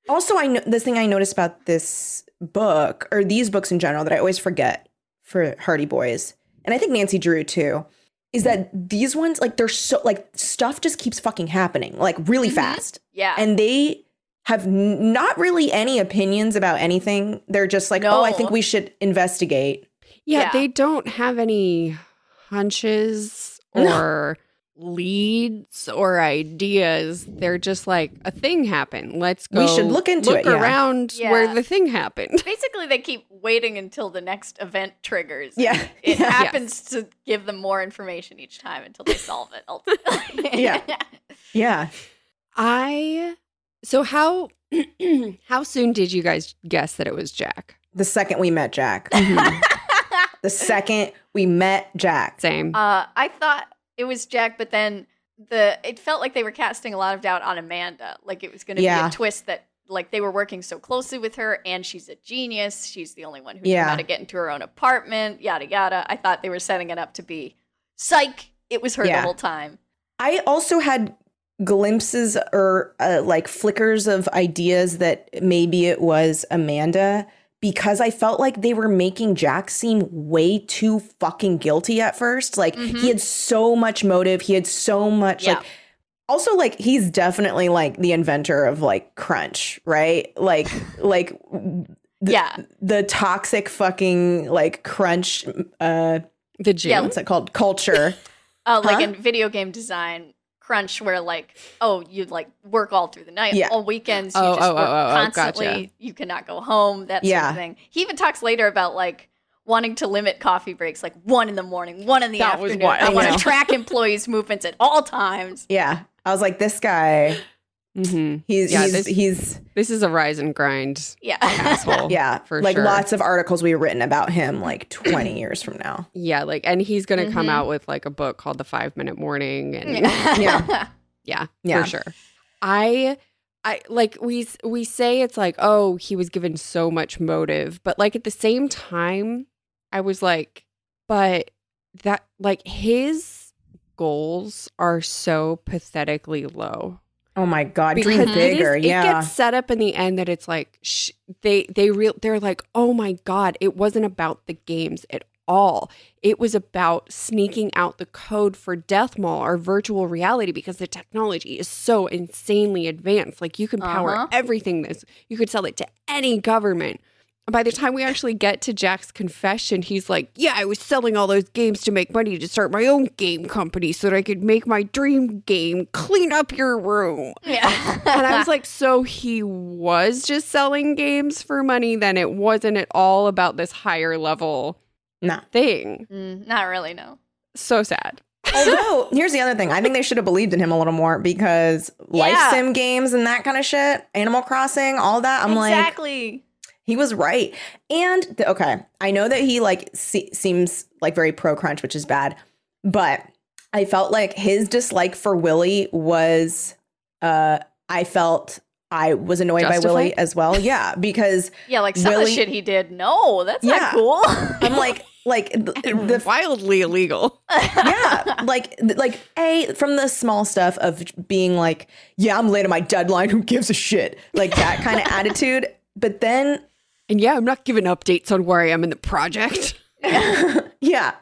[SPEAKER 2] also i know this thing i noticed about this book or these books in general that i always forget for hardy boys and i think nancy drew too is that these ones like they're so like stuff just keeps fucking happening like really
[SPEAKER 4] Mhm.
[SPEAKER 2] fast
[SPEAKER 4] yeah.
[SPEAKER 2] and they have n- not really any opinions about anything they're just like oh i
[SPEAKER 4] No.
[SPEAKER 2] think we should investigate
[SPEAKER 3] Yeah,
[SPEAKER 4] Yeah.
[SPEAKER 3] they don't have any hunches
[SPEAKER 2] No.
[SPEAKER 3] or leads or ideas. They're just like a thing happened. Let's go.
[SPEAKER 2] We should look into
[SPEAKER 3] look
[SPEAKER 2] it, yeah.
[SPEAKER 3] around
[SPEAKER 4] Yeah.
[SPEAKER 3] where the thing happened.
[SPEAKER 4] Basically, they keep waiting until the next event triggers.
[SPEAKER 2] yeah
[SPEAKER 4] It
[SPEAKER 2] yeah.
[SPEAKER 4] happens to give them more information each time until they solve it ultimately.
[SPEAKER 2] Yeah. yeah
[SPEAKER 3] I so how how soon did you guys guess that it was Jack? Mm-hmm.
[SPEAKER 2] the second we met jack the second we met jack
[SPEAKER 3] Same.
[SPEAKER 4] Uh, I thought it was Jack, but then the it felt like they were casting a lot of doubt on Amanda. Like it was going to
[SPEAKER 2] Yeah.
[SPEAKER 4] be a twist that like they were working so closely with her, and she's a genius. She's the only one who knew
[SPEAKER 2] Yeah.
[SPEAKER 4] how to get into her own apartment. Yada yada. I thought they were setting it up to be psych. It was her
[SPEAKER 2] Yeah.
[SPEAKER 4] the whole time.
[SPEAKER 2] I also had glimpses or uh, like flickers of ideas that maybe it was Amanda because I felt like they were making Jack seem way too fucking guilty at first. Like he had so much motive, he had so much
[SPEAKER 4] Yeah.
[SPEAKER 2] like also like he's definitely like the inventor of like crunch, right? Like like the,
[SPEAKER 4] Yeah.
[SPEAKER 2] the toxic fucking like crunch uh
[SPEAKER 3] the gym.
[SPEAKER 4] yeah,
[SPEAKER 2] what's it called culture.
[SPEAKER 4] Uh, like
[SPEAKER 2] Huh?
[SPEAKER 4] in video game design crunch where like oh you like work all through the night
[SPEAKER 2] Yeah.
[SPEAKER 4] all weekends
[SPEAKER 3] Oh,
[SPEAKER 4] you just
[SPEAKER 3] oh,
[SPEAKER 4] work
[SPEAKER 3] oh, oh, oh,
[SPEAKER 4] constantly
[SPEAKER 3] gotcha.
[SPEAKER 4] you cannot go home that sort
[SPEAKER 2] Yeah.
[SPEAKER 4] of thing he even talks later about like wanting to limit coffee breaks like one in the morning one in the
[SPEAKER 3] That was
[SPEAKER 4] afternoon
[SPEAKER 3] wild.
[SPEAKER 4] i want
[SPEAKER 2] I know.
[SPEAKER 4] to track employees movements at all times
[SPEAKER 2] yeah. I was like this guy
[SPEAKER 3] Mhm.
[SPEAKER 2] He's
[SPEAKER 3] Yeah,
[SPEAKER 2] he's,
[SPEAKER 3] this-
[SPEAKER 2] he's
[SPEAKER 3] This is a rise and grind
[SPEAKER 4] yeah
[SPEAKER 3] asshole.
[SPEAKER 2] yeah,
[SPEAKER 3] Oh, for
[SPEAKER 2] like
[SPEAKER 3] sure.
[SPEAKER 2] lots of articles we've written about him like 20 years from now.
[SPEAKER 3] Yeah, like and he's gonna come
[SPEAKER 4] Mhm.
[SPEAKER 3] out with like a book called The Five Minute Morning and
[SPEAKER 2] Mm-hmm. Yeah.
[SPEAKER 3] Yeah,
[SPEAKER 2] Yeah.
[SPEAKER 3] for sure. I I like we s- we say it's like, "Oh, he was given so much motive." But like at the same time, I was like, but that like his goals are so pathetically low.
[SPEAKER 2] Oh my god, dream
[SPEAKER 3] Because it is-
[SPEAKER 2] bigger.
[SPEAKER 3] It
[SPEAKER 2] yeah.
[SPEAKER 3] gets set up in the end that it's like sh- they they real they're like, "Oh my god, it wasn't about the games at all. It was about sneaking out the code for Death Mall or virtual reality because the technology is so insanely advanced. Like you can power
[SPEAKER 4] Uh-huh.
[SPEAKER 3] everything this. You could sell it to any government." By the time we actually get to Jack's confession, he's like, Yeah, I was selling all those games to make money to start my own game company so that I could make my dream game, clean up your room.
[SPEAKER 4] Yeah.
[SPEAKER 3] And I was like, So he was just selling games for money, then it wasn't at all about this higher level
[SPEAKER 2] No.
[SPEAKER 3] thing.
[SPEAKER 4] Mm, not really, no.
[SPEAKER 3] So sad.
[SPEAKER 2] Although, here's the other thing. I think they should have believed in him a little more because life
[SPEAKER 4] Yeah.
[SPEAKER 2] sim games and that kind of shit, Animal Crossing, all that. I'm like,
[SPEAKER 4] exactly.
[SPEAKER 2] He was right. And th- okay, I know that he like se- seems like very pro crunch, which is bad, but I felt like his dislike for Willie was uh I felt I was annoyed by
[SPEAKER 3] Justified?
[SPEAKER 2] Willie as well. Yeah, because
[SPEAKER 4] yeah, like some of the
[SPEAKER 2] Willie-
[SPEAKER 4] shit he did. No, that's
[SPEAKER 2] Yeah.
[SPEAKER 4] not cool.
[SPEAKER 2] I'm like like th- the
[SPEAKER 3] Wildly illegal.
[SPEAKER 2] yeah, like like a from the small stuff of being like, yeah, I'm late on my deadline. Who gives a shit? Like that kind of attitude. But then
[SPEAKER 3] And yeah, I'm not giving updates on where I am in the project.
[SPEAKER 2] yeah.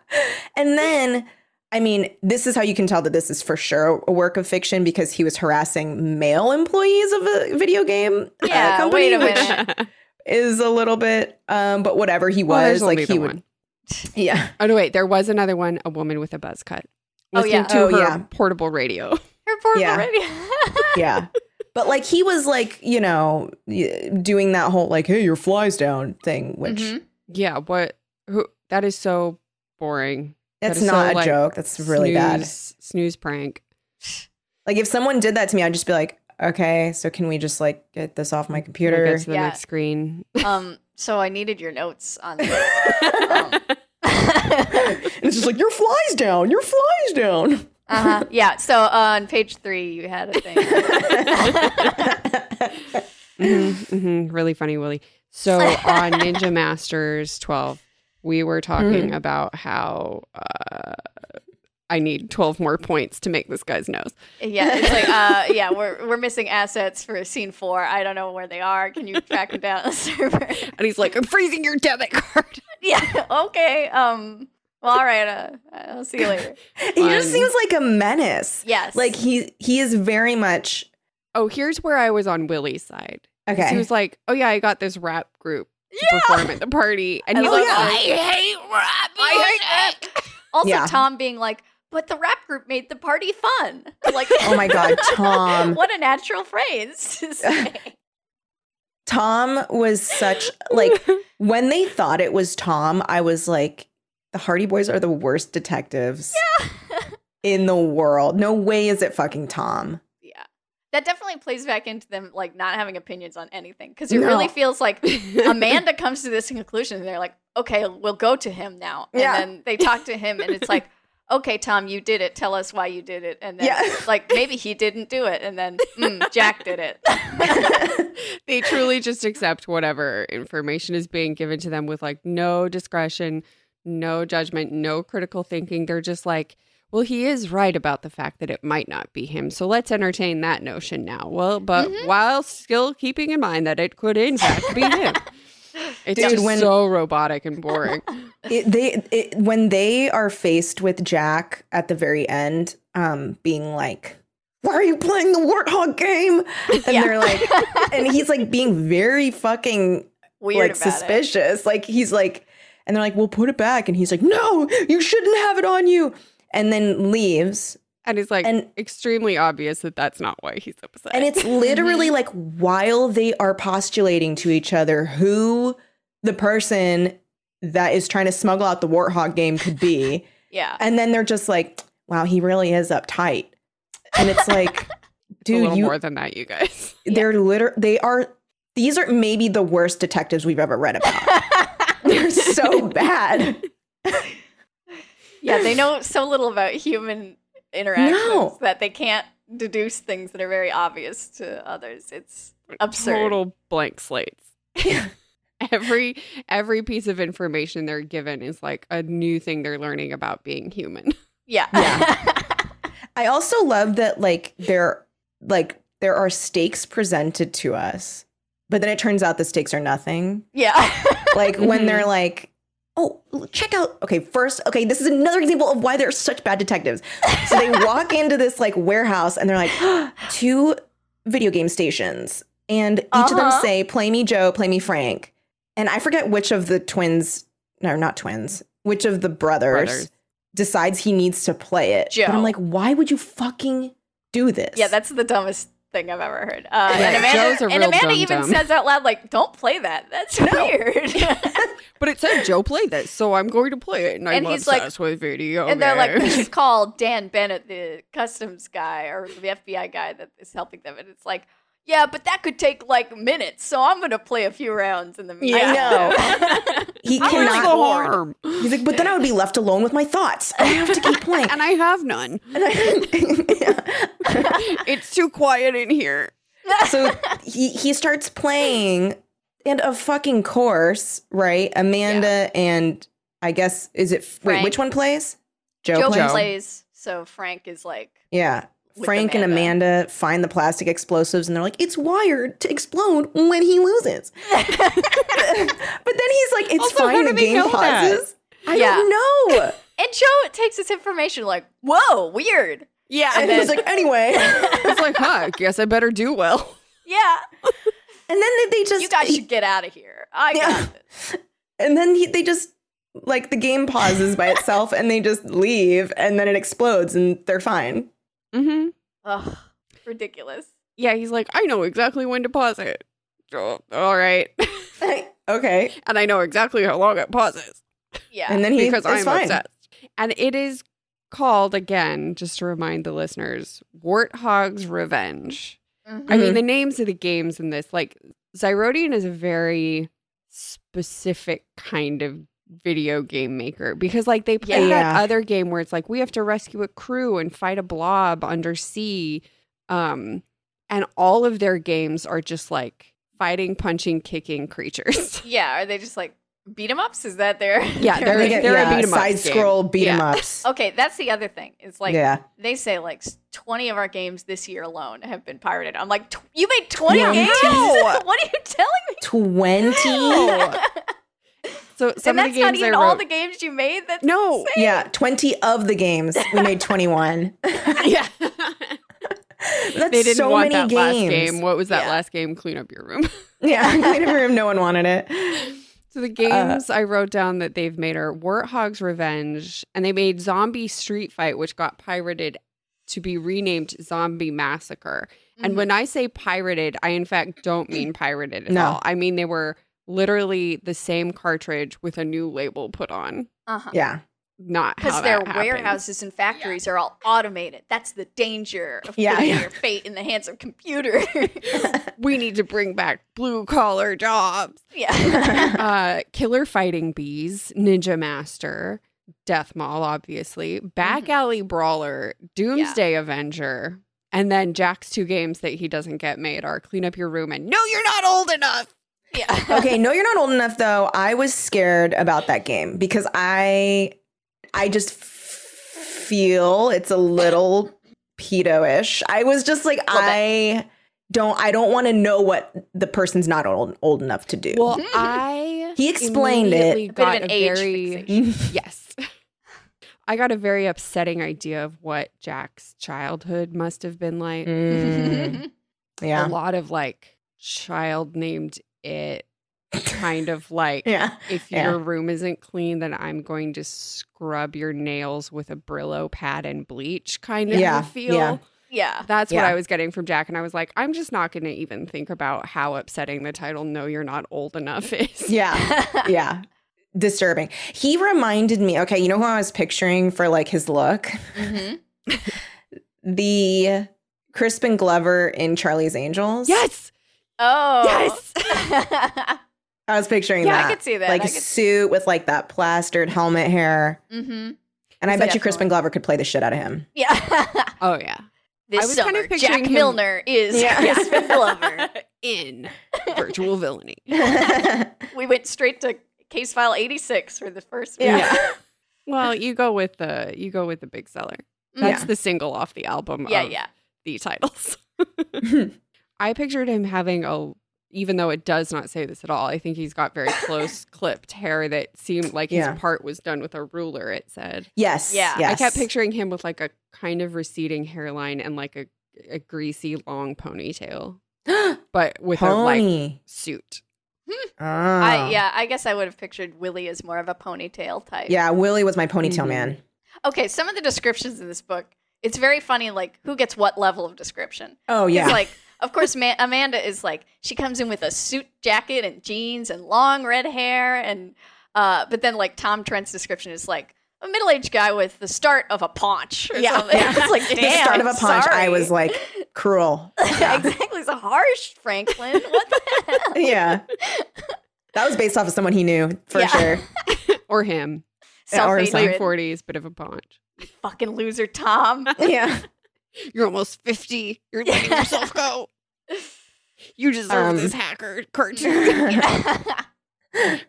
[SPEAKER 2] And then, I mean, this is how you can tell that this is for sure a work of fiction because he was harassing male employees of a video game uh,
[SPEAKER 4] Yeah,
[SPEAKER 2] company,
[SPEAKER 4] wait a
[SPEAKER 2] which
[SPEAKER 4] minute.
[SPEAKER 2] is a little bit, um, but whatever he
[SPEAKER 3] Well,
[SPEAKER 2] was,
[SPEAKER 3] there's
[SPEAKER 2] like
[SPEAKER 3] only
[SPEAKER 2] he
[SPEAKER 3] the
[SPEAKER 2] would,
[SPEAKER 3] one.
[SPEAKER 2] yeah,
[SPEAKER 3] Oh no, wait, there was another one, a woman with a buzz cut.
[SPEAKER 4] Oh,
[SPEAKER 3] Listening
[SPEAKER 4] yeah.
[SPEAKER 3] to
[SPEAKER 2] Oh,
[SPEAKER 3] her
[SPEAKER 2] yeah.
[SPEAKER 3] portable radio.
[SPEAKER 4] Her poor
[SPEAKER 2] Yeah.
[SPEAKER 4] Meridian.
[SPEAKER 2] yeah. But like he was like, you know, y- doing that whole like, hey, your fly's down thing, which
[SPEAKER 3] Mm-hmm.
[SPEAKER 4] Mhm.
[SPEAKER 3] Yeah, what who that is so boring.
[SPEAKER 2] that's
[SPEAKER 3] That is
[SPEAKER 2] not
[SPEAKER 3] so,
[SPEAKER 2] a
[SPEAKER 3] like,
[SPEAKER 2] joke. That's really bad.
[SPEAKER 3] Snooze- Snooze prank.
[SPEAKER 2] Like if someone did that to me, I'd just be like, okay, so can we just like get this off my
[SPEAKER 3] We'll
[SPEAKER 2] computer?
[SPEAKER 3] get to the
[SPEAKER 4] Yeah.
[SPEAKER 3] next screen.
[SPEAKER 4] Um, so I needed your notes on this. Um,
[SPEAKER 2] And it's just like your flies down, your flies down.
[SPEAKER 4] uh-huh. Yeah, so on page three, you had a thing.
[SPEAKER 3] hmm Really funny, Willie. So on Ninja Masters 12, we were talking about how uh, I need 12 more points to make this guy's nose.
[SPEAKER 4] yeah, it's like, uh, yeah, we're, we're missing assets for scene four. I don't know where they are. Can you track them down on the server?
[SPEAKER 3] And he's like, I'm freezing your debit card.
[SPEAKER 4] yeah, okay. Um, well, all right. Uh, I'll see you later.
[SPEAKER 2] he just
[SPEAKER 3] Fun.
[SPEAKER 2] seems like a menace.
[SPEAKER 4] Yes.
[SPEAKER 2] Like he he is very much
[SPEAKER 3] Oh, here's where I was on Willie's side. 'Cause He
[SPEAKER 2] okay.
[SPEAKER 3] was like, Oh, yeah, I got this rap group to
[SPEAKER 4] Yeah.
[SPEAKER 3] perform at the party. And
[SPEAKER 4] I
[SPEAKER 3] he's
[SPEAKER 2] love
[SPEAKER 3] like,
[SPEAKER 2] that.
[SPEAKER 3] hate rap.
[SPEAKER 4] I hate rap. Also,
[SPEAKER 2] Yeah.
[SPEAKER 4] Tom being like, but the rap group made the party fun. Like,
[SPEAKER 2] Oh my god, Tom.
[SPEAKER 4] what a natural phrase to say.
[SPEAKER 2] Tom was such like when they thought it was Tom, I was like, the Hardy Boys are the worst detectives in the world. No way is it fucking Tom.
[SPEAKER 4] yeah. That definitely plays back into them like not having opinions on anything because it
[SPEAKER 2] No.
[SPEAKER 4] really feels like Amanda comes to this conclusion and they're like, okay, we'll go to him now. And
[SPEAKER 2] Yeah.
[SPEAKER 4] then they talk to him and it's like, okay, Tom, you did it. Tell us why you did it. And then
[SPEAKER 2] Yeah.
[SPEAKER 4] like maybe he didn't do it. And then mm, Jack did it.
[SPEAKER 3] they truly just accept whatever information is being given to them with like no discretion, no judgment, no critical thinking. They're just like, well, he is right about the fact that it might not be him. So let's entertain that notion now. Well, but
[SPEAKER 2] Mm-hmm.
[SPEAKER 3] while still keeping in mind that it could in fact be him. It's
[SPEAKER 2] Dude,
[SPEAKER 3] just
[SPEAKER 2] when-
[SPEAKER 3] so robotic and boring.
[SPEAKER 2] it, they it, when they are faced with Jack at the very end, um, being like, "Why are you playing the warthog game?" and
[SPEAKER 4] Yeah.
[SPEAKER 2] they're like, and he's like being very fucking
[SPEAKER 4] Weird
[SPEAKER 2] like
[SPEAKER 4] about it.
[SPEAKER 2] suspicious. Like he's like, and they're like, "We'll put it back," and he's like, "No, you shouldn't have it on you," and then leaves.
[SPEAKER 3] And it's like
[SPEAKER 2] And-
[SPEAKER 3] extremely obvious that that's not why he's upset.
[SPEAKER 2] And it's literally like while they are postulating to each other who the person that is trying to smuggle out the warthog game could be.
[SPEAKER 4] Yeah.
[SPEAKER 2] And then they're just like, wow, he really is uptight. And it's like,
[SPEAKER 3] a
[SPEAKER 2] dude,
[SPEAKER 3] little
[SPEAKER 2] you
[SPEAKER 3] more than that, you guys.
[SPEAKER 2] they're liter they are these are maybe the worst detectives we've ever read about. they're so bad.
[SPEAKER 4] Yeah, they know so little about human interactions
[SPEAKER 2] No.
[SPEAKER 4] that they can't deduce things that are very obvious to others. It's absurd.
[SPEAKER 3] total blank slates. every every piece of information they're given is like a new thing they're learning about being human.
[SPEAKER 4] Yeah.
[SPEAKER 2] I also love that like there like there are stakes presented to us, but then it turns out the stakes are nothing.
[SPEAKER 4] yeah.
[SPEAKER 2] Like when
[SPEAKER 3] Mhm.
[SPEAKER 2] they're like, oh, l- check out. Okay, first, okay, this is another example of why they're such bad detectives. So they walk into this like warehouse and they're like, two video game stations. And each of them
[SPEAKER 4] Uh-huh.
[SPEAKER 2] say, play me Joe, play me Frank. and I forget which of the twins, no, not twins, which of the brothers,
[SPEAKER 3] Brothers.
[SPEAKER 2] decides he needs to play it. But
[SPEAKER 4] Joe.
[SPEAKER 2] I'm like, why would you fucking do this?
[SPEAKER 4] Yeah, that's the dumbest thing I've ever heard. Uh, and
[SPEAKER 2] Right.
[SPEAKER 4] Amanda,
[SPEAKER 3] Joe's a
[SPEAKER 4] and
[SPEAKER 3] real
[SPEAKER 4] Amanda even
[SPEAKER 3] dum-dum.
[SPEAKER 4] says out loud, like, don't play that. That's weird.
[SPEAKER 3] But it said Joe played this, so I'm going to play it. And, I'm
[SPEAKER 4] And he's like-
[SPEAKER 3] obsessed with video.
[SPEAKER 4] and they're like, we
[SPEAKER 3] games."
[SPEAKER 4] should call Dan Bennett, the customs guy or the FBI guy that is helping them. And it's like, yeah, but that could take like minutes. So I'm going to play a few rounds in the meantime. know.
[SPEAKER 2] he
[SPEAKER 3] How is
[SPEAKER 2] cannot.
[SPEAKER 3] the harm?
[SPEAKER 2] He's like, but then I would be left alone with my thoughts. I have to keep playing.
[SPEAKER 3] And I have none.
[SPEAKER 2] And I- Yeah.
[SPEAKER 3] It's too quiet in here.
[SPEAKER 2] so he he starts playing, and of fucking course, right? Amanda and I guess is it wait
[SPEAKER 4] Frank.
[SPEAKER 2] which one plays? Joe,
[SPEAKER 4] Joe
[SPEAKER 2] plays.
[SPEAKER 4] plays. So Frank is like,
[SPEAKER 2] Yeah.
[SPEAKER 4] with
[SPEAKER 2] Frank and
[SPEAKER 4] Amanda.
[SPEAKER 2] Amanda find the plastic explosives and they're like, it's wired to explode when he loses. but then he's like, it's
[SPEAKER 3] Also, how
[SPEAKER 2] fine,
[SPEAKER 3] do
[SPEAKER 2] the
[SPEAKER 3] they
[SPEAKER 2] game
[SPEAKER 3] know that?
[SPEAKER 2] pauses. I
[SPEAKER 4] Yeah.
[SPEAKER 2] don't know.
[SPEAKER 4] and Joe takes this information like, whoa, weird.
[SPEAKER 3] Yeah.
[SPEAKER 2] and
[SPEAKER 4] then-
[SPEAKER 2] he's like, anyway.
[SPEAKER 3] it's like, huh, guess I better do well.
[SPEAKER 4] Yeah.
[SPEAKER 2] and then they, they just
[SPEAKER 4] You guys should get out of here. I
[SPEAKER 2] Yeah.
[SPEAKER 4] got this.
[SPEAKER 2] and then he, they just like the game pauses by itself and they just leave and then it explodes and they're fine.
[SPEAKER 3] Mm-hmm.
[SPEAKER 4] Ugh, ridiculous.
[SPEAKER 3] Yeah, he's like, I know exactly when to pause it. Oh, all right.
[SPEAKER 2] okay.
[SPEAKER 3] and I know exactly how long it pauses
[SPEAKER 4] Yeah.
[SPEAKER 2] And then he
[SPEAKER 3] because
[SPEAKER 2] is
[SPEAKER 3] I'm
[SPEAKER 2] fine.
[SPEAKER 3] obsessed. And it is called, again, just to remind the listeners, Warthog's Revenge.
[SPEAKER 4] Mm-hmm.
[SPEAKER 3] I mean,
[SPEAKER 2] Mhm.
[SPEAKER 3] the names of the games in this, like Zyrodian is a very specific kind of video game maker because, like, they play that
[SPEAKER 2] Yeah.
[SPEAKER 3] other game where it's like we have to rescue a crew and fight a blob under sea, um, and all of their games are just like fighting, punching, kicking creatures.
[SPEAKER 4] yeah. Are they just like beat 'em ups? Is that their
[SPEAKER 3] Yeah, they're-
[SPEAKER 4] their
[SPEAKER 2] They
[SPEAKER 4] rating?
[SPEAKER 2] get,
[SPEAKER 3] they're a
[SPEAKER 2] yeah,
[SPEAKER 3] beat 'em up
[SPEAKER 2] side
[SPEAKER 3] game.
[SPEAKER 2] scroll beat 'em
[SPEAKER 3] Yeah. Oh,
[SPEAKER 2] ups.
[SPEAKER 4] Okay, that's the other thing. It's like
[SPEAKER 2] yeah.
[SPEAKER 4] they say like s- twenty of our games this year alone have been pirated. I'm like, tw- you made twenty
[SPEAKER 2] Yeah,
[SPEAKER 4] games?
[SPEAKER 3] how?
[SPEAKER 4] what are you telling me?
[SPEAKER 2] 20
[SPEAKER 3] Oh. so some
[SPEAKER 4] and
[SPEAKER 3] of the games
[SPEAKER 4] that's not
[SPEAKER 3] I
[SPEAKER 4] even
[SPEAKER 3] wrote.
[SPEAKER 4] all the games you made. That's
[SPEAKER 3] no,
[SPEAKER 2] Oh, Yeah, 20 of the games. We made 21.
[SPEAKER 3] yeah,
[SPEAKER 2] That's
[SPEAKER 3] they didn't
[SPEAKER 2] so
[SPEAKER 3] want
[SPEAKER 2] many
[SPEAKER 3] that last
[SPEAKER 2] games.
[SPEAKER 3] game. What was that
[SPEAKER 4] Yeah.
[SPEAKER 3] last game? Clean up your room.
[SPEAKER 2] Yeah, clean up your room. No one wanted it.
[SPEAKER 3] So the games I wrote down that they've made are Warthog's Revenge, and they made Zombie Street Fight, which got pirated to be renamed Zombie Massacre. And when I say pirated, I in fact don't mean pirated at
[SPEAKER 2] No.
[SPEAKER 3] all. I mean they were literally the same cartridge with a new label put on.
[SPEAKER 4] uh-huh.
[SPEAKER 2] Yeah.
[SPEAKER 3] Not
[SPEAKER 4] because
[SPEAKER 3] how
[SPEAKER 4] their
[SPEAKER 3] that happened.
[SPEAKER 4] warehouses and factories are all automated. That's the danger of
[SPEAKER 2] Yeah,
[SPEAKER 4] putting
[SPEAKER 2] yeah.
[SPEAKER 4] your fate in the hands of computers.
[SPEAKER 3] We need to bring back blue collar jobs.
[SPEAKER 4] yeah.
[SPEAKER 3] uh, Killer Fighting Bees, Ninja Master, Death Maul, obviously, Back
[SPEAKER 4] Mhm.
[SPEAKER 3] Alley Brawler, Doomsday Avenger, and then Jack's two games that he doesn't get made are Clean Up Your Room and No, You're Not Old Enough.
[SPEAKER 4] yeah.
[SPEAKER 2] Okay, no, you're not old enough though. I was scared about that game because I I just f- feel it's a little pedo-ish. I was just like,
[SPEAKER 4] Little bit.
[SPEAKER 2] I don't I don't want to know what the person's not old old enough to do.
[SPEAKER 3] Well, I
[SPEAKER 2] He explained it.
[SPEAKER 3] immediately
[SPEAKER 4] A bit of
[SPEAKER 3] Got
[SPEAKER 4] an
[SPEAKER 3] a
[SPEAKER 4] age
[SPEAKER 3] very
[SPEAKER 4] fixation.
[SPEAKER 3] yes. I got a very upsetting idea of what Jack's childhood must have been like.
[SPEAKER 2] Mm,
[SPEAKER 3] A
[SPEAKER 2] yeah.
[SPEAKER 3] lot of like child named it kind of like
[SPEAKER 2] Yeah.
[SPEAKER 3] if
[SPEAKER 2] Yeah.
[SPEAKER 3] your room isn't clean, then I'm going to scrub your nails with a Brillo pad and bleach kind of
[SPEAKER 2] Yeah,
[SPEAKER 3] feel.
[SPEAKER 2] yeah.
[SPEAKER 4] yeah.
[SPEAKER 3] That's what
[SPEAKER 2] Yeah.
[SPEAKER 3] I was getting from Jack. And I was like, I'm just not going to even think about how upsetting the title No, You're Not Old Enough is.
[SPEAKER 2] Yeah. yeah disturbing he reminded me okay you know who i was picturing for like his look
[SPEAKER 4] Mhm.
[SPEAKER 2] the crispin glover in charlie's angels
[SPEAKER 3] Yes.
[SPEAKER 4] Oh.
[SPEAKER 3] Yes.
[SPEAKER 4] yeah,
[SPEAKER 2] i was picturing
[SPEAKER 4] I
[SPEAKER 2] that
[SPEAKER 4] could see that.
[SPEAKER 2] like
[SPEAKER 4] I
[SPEAKER 2] a
[SPEAKER 4] could-
[SPEAKER 2] suit with like that plastered helmet hair
[SPEAKER 4] hmm
[SPEAKER 2] and i bet
[SPEAKER 4] He's definitely-
[SPEAKER 2] you crispin glover could play the shit out of him
[SPEAKER 4] Yeah.
[SPEAKER 3] Oh, yeah.
[SPEAKER 4] this
[SPEAKER 3] was
[SPEAKER 4] summer,
[SPEAKER 3] kind of
[SPEAKER 4] Jack
[SPEAKER 3] picturing him-
[SPEAKER 4] Milner is
[SPEAKER 2] Yeah.
[SPEAKER 4] Crispin Glover.
[SPEAKER 3] In virtual villainy.
[SPEAKER 4] We went straight to case file 86 for the first one.
[SPEAKER 2] Yeah.
[SPEAKER 3] Well, you go with the you go with the big seller. That's um, the single off the album.
[SPEAKER 4] Mm. Yeah,
[SPEAKER 3] of
[SPEAKER 4] yeah.
[SPEAKER 3] the titles. I pictured him having a, even though it does not say this at all, I think he's got very close clipped hair that seemed like his
[SPEAKER 2] Yeah.
[SPEAKER 3] part was done with a ruler, it said.
[SPEAKER 2] yes
[SPEAKER 4] Yeah. I
[SPEAKER 2] yes.
[SPEAKER 3] I kept picturing him with like a kind of receding hairline and like a, a greasy long ponytail, but with a like
[SPEAKER 2] pony Oh.
[SPEAKER 3] suit.
[SPEAKER 2] Ah. uh.
[SPEAKER 4] I, yeah, I guess I would have pictured Willie as more of a ponytail type.
[SPEAKER 2] Yeah, Willie was my ponytail
[SPEAKER 4] Mm-hmm.
[SPEAKER 3] Mhm.
[SPEAKER 2] man.
[SPEAKER 4] Okay, some of the descriptions in this book, it's very funny, like, who gets what level of description.
[SPEAKER 2] Oh yeah.
[SPEAKER 4] It's like, of course, Ma- Amanda is like, she comes in with a suit jacket and jeans and long red hair. And, uh, but then, like, Tom Trent's description is like, a middle aged guy with the start of a paunch or
[SPEAKER 2] Yeah.
[SPEAKER 4] something. It's like,
[SPEAKER 2] At
[SPEAKER 4] damn.
[SPEAKER 2] the start of a punch, I
[SPEAKER 4] sorry.
[SPEAKER 2] was like cruel.
[SPEAKER 4] Yeah, exactly. It's a harsh Franklin. What the hell?
[SPEAKER 2] yeah. That was based off of someone he knew for
[SPEAKER 4] Yeah.
[SPEAKER 2] sure.
[SPEAKER 3] or him.
[SPEAKER 2] Yeah, or
[SPEAKER 4] Self
[SPEAKER 2] some
[SPEAKER 3] Late
[SPEAKER 4] hatred.
[SPEAKER 3] forties, bit of a paunch.
[SPEAKER 4] Fucking loser, Tom.
[SPEAKER 2] Yeah.
[SPEAKER 3] You're almost fifty. You're
[SPEAKER 4] Yeah.
[SPEAKER 3] letting yourself go. You deserve
[SPEAKER 2] Um,
[SPEAKER 3] this hacker cartoon.
[SPEAKER 2] Mm-hmm.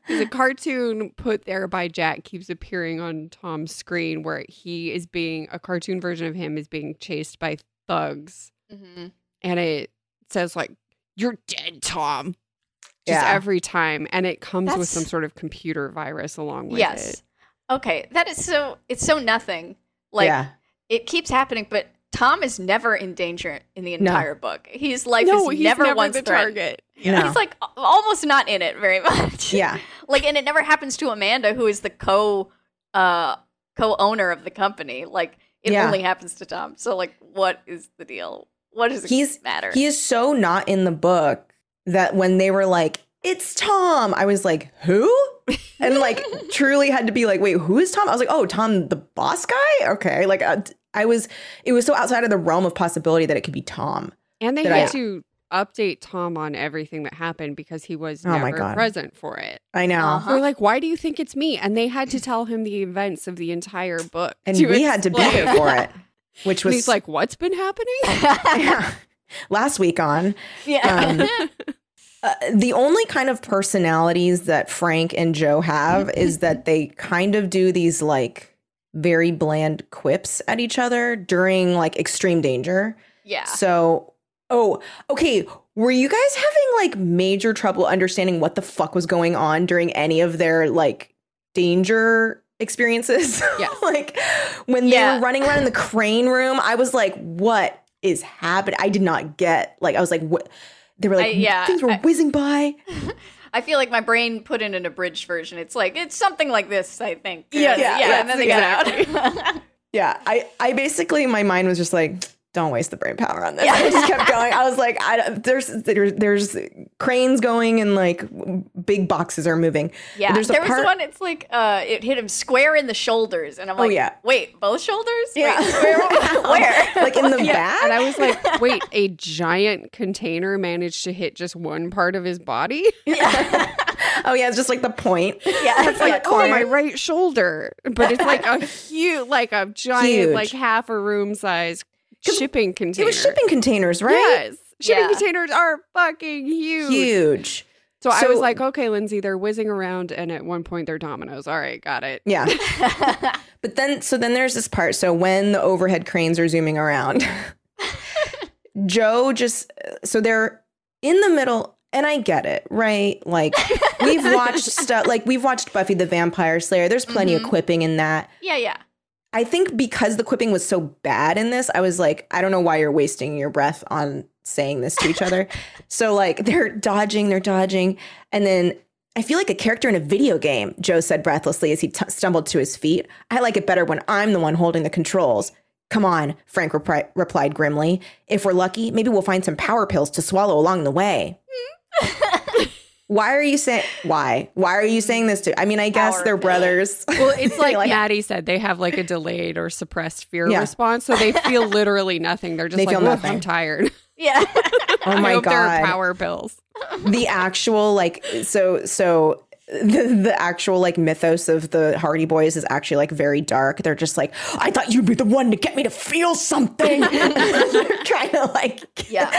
[SPEAKER 3] the cartoon put there by Jack keeps appearing on Tom's screen, where he is being a cartoon version of him is being chased by thugs,
[SPEAKER 4] Mhm.
[SPEAKER 3] and it says like, "You're dead, Tom." Just
[SPEAKER 2] Yeah.
[SPEAKER 3] every time, and it comes with
[SPEAKER 4] That's-
[SPEAKER 3] some sort of computer virus along with
[SPEAKER 4] Yes.
[SPEAKER 3] it.
[SPEAKER 4] Okay. That is so, it's so nothing. Like,
[SPEAKER 2] yeah.
[SPEAKER 4] it keeps happening, but Tom is never in danger in the
[SPEAKER 2] No.
[SPEAKER 4] entire book. His life
[SPEAKER 3] no,
[SPEAKER 4] is
[SPEAKER 3] he's
[SPEAKER 4] never,
[SPEAKER 3] never
[SPEAKER 4] once
[SPEAKER 3] the
[SPEAKER 4] threatened.
[SPEAKER 3] target.
[SPEAKER 2] No.
[SPEAKER 4] He's like a- almost not in it very much.
[SPEAKER 2] yeah.
[SPEAKER 4] like, and it never happens to Amanda, who is the co uh, co owner of the company. Like, it
[SPEAKER 2] Yeah.
[SPEAKER 4] only happens to Tom. So, like, what is the deal? What does it
[SPEAKER 2] He's-
[SPEAKER 4] matter?
[SPEAKER 2] He is so not in the book that when they were like, it's Tom, I was like, who? And like, truly had to be like, wait, who is Tom? I was like, oh, Tom, the boss guy? Okay. Like, I, I was, it was so outside of the realm of possibility that it could be Tom.
[SPEAKER 3] And they
[SPEAKER 2] Did
[SPEAKER 3] had
[SPEAKER 2] I-
[SPEAKER 3] to update Tom on everything that happened because he was
[SPEAKER 2] Oh my
[SPEAKER 3] never
[SPEAKER 2] God.
[SPEAKER 3] present for it.
[SPEAKER 2] I know.
[SPEAKER 4] Uh-huh.
[SPEAKER 3] They're like, "Why do you think it's me?" And they had to tell him the events of the entire book,
[SPEAKER 2] And we had to be
[SPEAKER 3] explain.
[SPEAKER 2] there for it, which
[SPEAKER 3] And
[SPEAKER 2] was
[SPEAKER 3] he's like, "What's been happening?"
[SPEAKER 2] yeah, last week on.
[SPEAKER 4] yeah.
[SPEAKER 2] um, Uh, the only kind of personalities that Frank and Joe have is that they kind of do these like very bland quips at each other during like extreme danger.
[SPEAKER 4] yeah.
[SPEAKER 2] So, oh, okay. Were you guys having like major trouble understanding what the fuck was going on during any of their like danger experiences?
[SPEAKER 3] Yes.
[SPEAKER 2] like when they
[SPEAKER 4] Yeah.
[SPEAKER 2] were running around in the crane room, I was like, what is happening? I did not get, like, I was like, what? They were like,
[SPEAKER 4] I- yeah,
[SPEAKER 2] things were
[SPEAKER 4] I-
[SPEAKER 2] whizzing by.
[SPEAKER 4] I feel like my brain put in an abridged version. It's like, it's something like this, I think.
[SPEAKER 2] Yes,
[SPEAKER 4] yeah.
[SPEAKER 2] yes,
[SPEAKER 4] and then they got out.
[SPEAKER 2] Yeah, I, I basically my mind was just like, don't waste the brain power on this. I just kept going. I was like, I don't- there's there's, there's cranes going and like big boxes are moving.
[SPEAKER 4] Yeah,
[SPEAKER 2] There's a
[SPEAKER 4] there was
[SPEAKER 2] part-
[SPEAKER 4] one. It's like uh, it hit him square in the shoulders, and I'm
[SPEAKER 2] Oh,
[SPEAKER 4] like,
[SPEAKER 2] yeah.
[SPEAKER 4] wait, both shoulders?
[SPEAKER 2] Yeah.
[SPEAKER 4] wait, square, where?
[SPEAKER 2] like in the
[SPEAKER 3] Yeah,
[SPEAKER 2] back.
[SPEAKER 3] And I was like, wait, a giant container managed to hit just one part of his body?
[SPEAKER 4] yeah,
[SPEAKER 2] oh yeah, it's just like the point.
[SPEAKER 4] yeah, it's like,
[SPEAKER 2] like,
[SPEAKER 3] Oh,
[SPEAKER 2] Corner.
[SPEAKER 3] my right shoulder. But it's like a huge, like a giant,
[SPEAKER 2] Huge.
[SPEAKER 3] like half a room size
[SPEAKER 2] 'Cause
[SPEAKER 3] shipping
[SPEAKER 2] It
[SPEAKER 3] container.
[SPEAKER 2] was shipping containers, right?
[SPEAKER 3] Yes. Shipping
[SPEAKER 4] Yeah.
[SPEAKER 3] containers are fucking huge.
[SPEAKER 2] Huge.
[SPEAKER 3] So, I was
[SPEAKER 2] So-
[SPEAKER 3] like, okay, Lindsay, they're whizzing around and at one point they're dominoes. All right, got it.
[SPEAKER 2] Yeah. But then, so then there's this part. So when the overhead cranes are zooming around, Joe just, so they're in the middle, and I get it, right? Like, we've watched stuff, like, we've watched Buffy the Vampire Slayer. There's plenty
[SPEAKER 4] Mhm.
[SPEAKER 2] of quipping in that.
[SPEAKER 4] yeah, yeah.
[SPEAKER 2] I think because the quipping was so bad in this, I was like, I don't know why you're wasting your breath on saying this to each other. so, like, they're dodging, they're dodging. And then I feel like a character in a video game, Joe said breathlessly as he t- stumbled to his feet. I like it better when I'm the one holding the controls. Come on, Frank repri- replied grimly. If we're lucky, maybe we'll find some power pills to swallow along the way.
[SPEAKER 4] Mm-hmm.
[SPEAKER 2] why are you saying, why? Why are you saying this to? I mean, I guess
[SPEAKER 4] Power
[SPEAKER 2] they're
[SPEAKER 4] pills.
[SPEAKER 2] brothers.
[SPEAKER 3] Well, it's like,
[SPEAKER 2] Like-
[SPEAKER 3] Maddie said, they have like a delayed or suppressed fear
[SPEAKER 2] Yeah.
[SPEAKER 3] response. So they feel literally nothing. They're just
[SPEAKER 2] They
[SPEAKER 3] like,
[SPEAKER 2] feel
[SPEAKER 3] "Ugh, I'm
[SPEAKER 2] nothing.
[SPEAKER 3] tired.
[SPEAKER 4] Yeah,
[SPEAKER 2] oh my
[SPEAKER 3] I hope there are
[SPEAKER 2] God.
[SPEAKER 3] power pills.
[SPEAKER 2] the actual like so so the, the actual like mythos of the Hardy Boys is actually like very dark. They're just like, I thought you'd be the one to get me to feel something. They're trying to like,
[SPEAKER 4] yeah.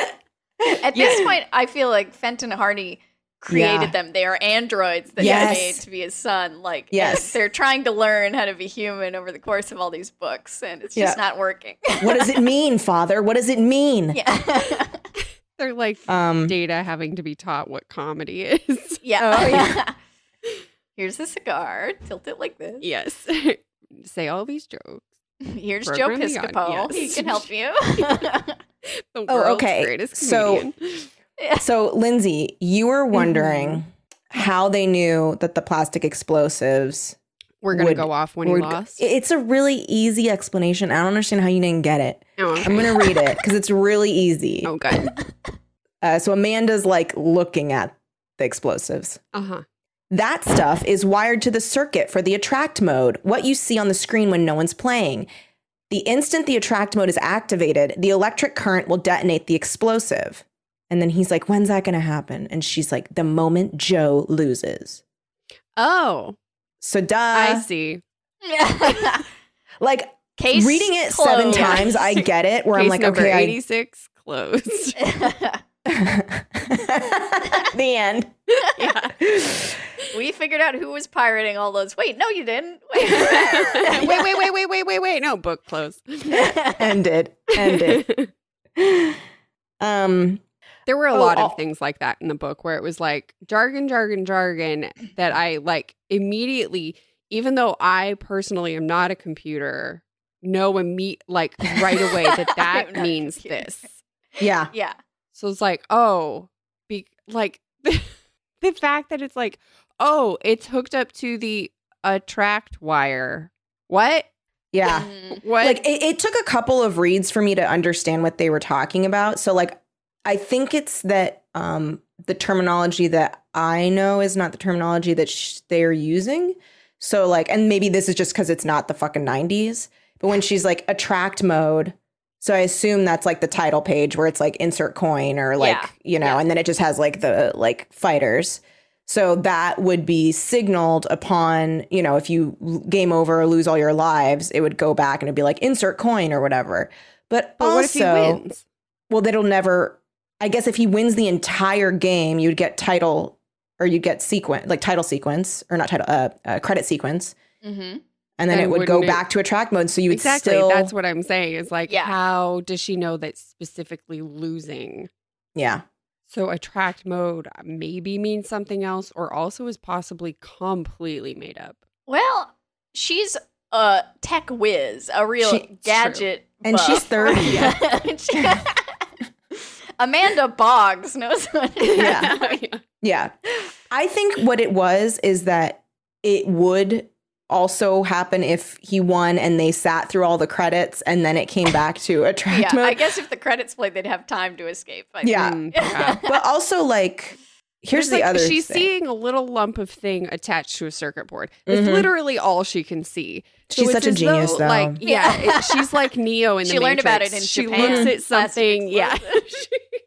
[SPEAKER 4] At this point, I feel like Fenton Hardy created
[SPEAKER 2] Yeah.
[SPEAKER 4] them. They are androids that
[SPEAKER 2] Yes.
[SPEAKER 4] he made to be his son. Like, and
[SPEAKER 2] Yes.
[SPEAKER 4] they're trying to learn how to be human over the course of all these books, and it's just
[SPEAKER 2] Yeah.
[SPEAKER 4] not working.
[SPEAKER 2] what does it mean, Father? What does it mean?
[SPEAKER 4] yeah,
[SPEAKER 3] They're like
[SPEAKER 2] Um,
[SPEAKER 3] data having to be taught what comedy is.
[SPEAKER 4] yeah.
[SPEAKER 2] Oh,
[SPEAKER 4] Here's the cigar. Tilt it like this.
[SPEAKER 3] yes. Say all these jokes.
[SPEAKER 4] Here's Joe
[SPEAKER 3] Program the
[SPEAKER 4] Piscopo.
[SPEAKER 3] audience.
[SPEAKER 4] He can help you.
[SPEAKER 3] The
[SPEAKER 2] Oh,
[SPEAKER 3] world's
[SPEAKER 2] okay.
[SPEAKER 3] greatest
[SPEAKER 2] So-
[SPEAKER 3] comedian. Mm-hmm.
[SPEAKER 2] so Lindsay, you were wondering how they knew that the plastic explosives
[SPEAKER 3] We're gonna
[SPEAKER 2] Would-
[SPEAKER 3] go off when you
[SPEAKER 2] were-
[SPEAKER 3] lost.
[SPEAKER 2] It's a really easy explanation. I don't understand how you didn't get it.
[SPEAKER 3] oh,
[SPEAKER 2] I'm
[SPEAKER 3] okay.
[SPEAKER 2] going to read it because it's really easy.
[SPEAKER 3] oh, good.
[SPEAKER 2] Uh, so Amanda's like looking at the explosives.
[SPEAKER 3] Uh huh.
[SPEAKER 2] That stuff is wired to the circuit for the attract mode, what you see on the screen when no one's playing. The instant the attract mode is activated, the electric current will detonate the explosive. And then he's like, When's that going to happen? And she's like, The moment Joe loses.
[SPEAKER 3] Oh,
[SPEAKER 2] So, duh.
[SPEAKER 3] I see.
[SPEAKER 2] Like,
[SPEAKER 4] Case
[SPEAKER 2] reading it seven
[SPEAKER 4] closed.
[SPEAKER 2] times, I get it, where I'm
[SPEAKER 3] Case
[SPEAKER 2] like,
[SPEAKER 3] number
[SPEAKER 2] Okay, I
[SPEAKER 3] 86 closed.
[SPEAKER 2] the end.
[SPEAKER 3] yeah.
[SPEAKER 4] we figured out who was pirating all those. Wait, no, you didn't.
[SPEAKER 3] wait, wait,
[SPEAKER 4] Wait.
[SPEAKER 3] wait, wait, wait, wait, wait. No, book closed.
[SPEAKER 2] Ended. Ended. Um,
[SPEAKER 3] There were a
[SPEAKER 2] Oh,
[SPEAKER 3] lot of
[SPEAKER 2] all-
[SPEAKER 3] things like that in the book where it was like jargon, jargon, jargon that I like immediately, even though I personally am not a computer, know imme- like right away that
[SPEAKER 4] I'm
[SPEAKER 3] that
[SPEAKER 4] not a
[SPEAKER 3] means
[SPEAKER 4] computer.
[SPEAKER 3] this.
[SPEAKER 2] yeah.
[SPEAKER 4] yeah.
[SPEAKER 3] So it's like, oh, be- like the fact that it's like, oh, it's hooked up to the attract wire. What?
[SPEAKER 2] Yeah.
[SPEAKER 4] Mhm.
[SPEAKER 3] What?
[SPEAKER 2] like it, it took a couple of reads for me to understand what they were talking about so like i think it's that um the terminology that i know is not the terminology that sh- they're using so like and maybe this is just because it's not the fucking 90s but when she's like attract mode so i assume that's like the title page where it's like insert coin or like
[SPEAKER 4] Yeah.
[SPEAKER 2] you know
[SPEAKER 4] Yeah.
[SPEAKER 2] and then it just has like the like fighters so that would be signaled upon, you know, if you l- game over or lose all your lives, it would go back and it'd be like insert coin or whatever. But,
[SPEAKER 3] but
[SPEAKER 2] also,
[SPEAKER 3] what if he wins?
[SPEAKER 2] well, that'll never. I guess if he wins the entire game, you'd get title or you'd get sequence, like title sequence or not title, uh, uh, credit sequence,
[SPEAKER 4] Mhm.
[SPEAKER 2] and then
[SPEAKER 3] Mm-hmm. And
[SPEAKER 2] it would go
[SPEAKER 3] wouldn't it-
[SPEAKER 2] back to attract mode. So you would
[SPEAKER 3] Exactly.
[SPEAKER 2] still,
[SPEAKER 3] That's what I'm saying. Is like,
[SPEAKER 4] Yeah.
[SPEAKER 3] how does she know that specifically losing?
[SPEAKER 2] yeah,
[SPEAKER 3] So attract mode uh, maybe means something else, or also is possibly completely made up.
[SPEAKER 4] Well, she's a tech whiz, a real
[SPEAKER 2] She- it's
[SPEAKER 4] gadget.
[SPEAKER 2] And
[SPEAKER 4] buff.
[SPEAKER 2] she's 30.
[SPEAKER 4] Amanda Boggs knows what.
[SPEAKER 2] Yeah. yeah. I think what it was is that it would also happen if he won and they sat through all the credits and then it came back to attract
[SPEAKER 4] Yeah,
[SPEAKER 2] mode.
[SPEAKER 4] I guess if the credits played, they'd have time to escape. I think.
[SPEAKER 2] Yeah.
[SPEAKER 3] Mm, yeah.
[SPEAKER 2] but also like here's
[SPEAKER 3] It's
[SPEAKER 2] the
[SPEAKER 3] like
[SPEAKER 2] other
[SPEAKER 3] She's
[SPEAKER 2] thing.
[SPEAKER 3] seeing a little lump of thing attached to a circuit board. That's
[SPEAKER 2] Mhm.
[SPEAKER 3] literally all she can see. So
[SPEAKER 2] she's
[SPEAKER 3] it's
[SPEAKER 2] such a
[SPEAKER 3] as
[SPEAKER 2] genius though,
[SPEAKER 3] Like, yeah,
[SPEAKER 4] Yeah.
[SPEAKER 3] it- she's like Neo in the
[SPEAKER 4] She learned about
[SPEAKER 3] Matrix.
[SPEAKER 4] it in
[SPEAKER 3] She
[SPEAKER 4] Japan.
[SPEAKER 3] looks at
[SPEAKER 4] Plastic
[SPEAKER 3] something. Yeah, she,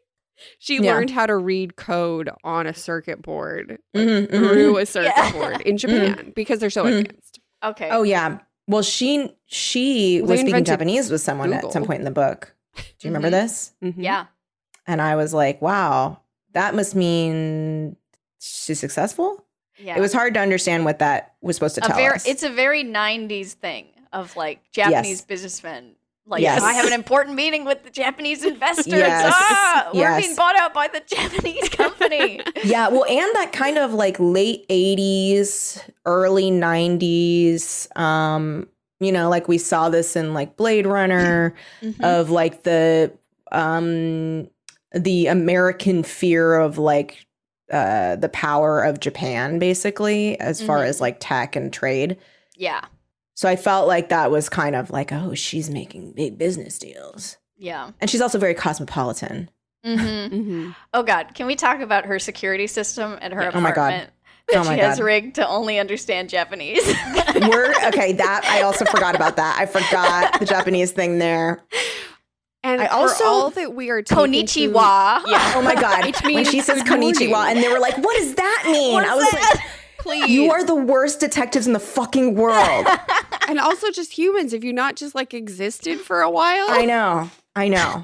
[SPEAKER 3] she
[SPEAKER 2] Yeah.
[SPEAKER 3] learned how to read code on a circuit board
[SPEAKER 2] Mhm, mhm.
[SPEAKER 3] through a circuit
[SPEAKER 4] Yeah.
[SPEAKER 3] board
[SPEAKER 2] Mm-hmm.
[SPEAKER 3] in Japan because they're so
[SPEAKER 2] Mhm.
[SPEAKER 3] advanced.
[SPEAKER 4] Okay.
[SPEAKER 2] oh yeah well she she
[SPEAKER 3] Well, they
[SPEAKER 2] was speaking
[SPEAKER 3] invented
[SPEAKER 2] japanese with someone at some
[SPEAKER 3] Google.
[SPEAKER 2] point in the book do you remember
[SPEAKER 4] Mhm.
[SPEAKER 2] this
[SPEAKER 3] Mhm.
[SPEAKER 4] Yeah.
[SPEAKER 2] and i was like wow that must mean she's successful
[SPEAKER 4] Yeah.
[SPEAKER 2] mm-hmm. it was hard to understand what that was supposed to
[SPEAKER 4] a
[SPEAKER 2] tell
[SPEAKER 4] very,
[SPEAKER 2] us
[SPEAKER 4] It's a very 90s thing of like Japanese businessmen. Like,
[SPEAKER 2] Yes.
[SPEAKER 4] I have an important meeting with the Japanese investors.
[SPEAKER 2] Yes.
[SPEAKER 4] Ah, we're
[SPEAKER 2] Yes.
[SPEAKER 4] being bought out by the Japanese company.
[SPEAKER 2] yeah well and that kind of like late 80s early 90s um you know like we saw this in like blade runner of like the um the american fear of like uh the power of japan basically as far
[SPEAKER 4] Mhm.
[SPEAKER 2] as like tech and trade
[SPEAKER 4] yeah.
[SPEAKER 2] so i felt like that was kind of like oh she's making big business deals
[SPEAKER 4] Yeah.
[SPEAKER 2] and she's also very cosmopolitan
[SPEAKER 4] hmm
[SPEAKER 3] Mhm.
[SPEAKER 4] Oh God, can we talk about her security system at her
[SPEAKER 2] Oh my
[SPEAKER 4] apartment?
[SPEAKER 2] God.
[SPEAKER 4] That
[SPEAKER 2] Oh my
[SPEAKER 4] she has
[SPEAKER 2] God.
[SPEAKER 4] rigged to only understand Japanese.
[SPEAKER 2] we're okay that i also forgot about that i forgot the japanese thing there
[SPEAKER 3] And
[SPEAKER 2] I
[SPEAKER 3] for
[SPEAKER 2] also-
[SPEAKER 3] all that we are taken to-
[SPEAKER 4] Konichiwa.
[SPEAKER 3] Yeah.
[SPEAKER 2] oh my god
[SPEAKER 3] It
[SPEAKER 2] when
[SPEAKER 3] means
[SPEAKER 2] she says
[SPEAKER 3] good morning.
[SPEAKER 2] konnichiwa and they were like what does that mean
[SPEAKER 4] What's
[SPEAKER 2] i was
[SPEAKER 4] that?
[SPEAKER 3] please.
[SPEAKER 2] like you are the worst detectives in the fucking world
[SPEAKER 3] and also just humans. If you not just like existed for a while,
[SPEAKER 2] i know i know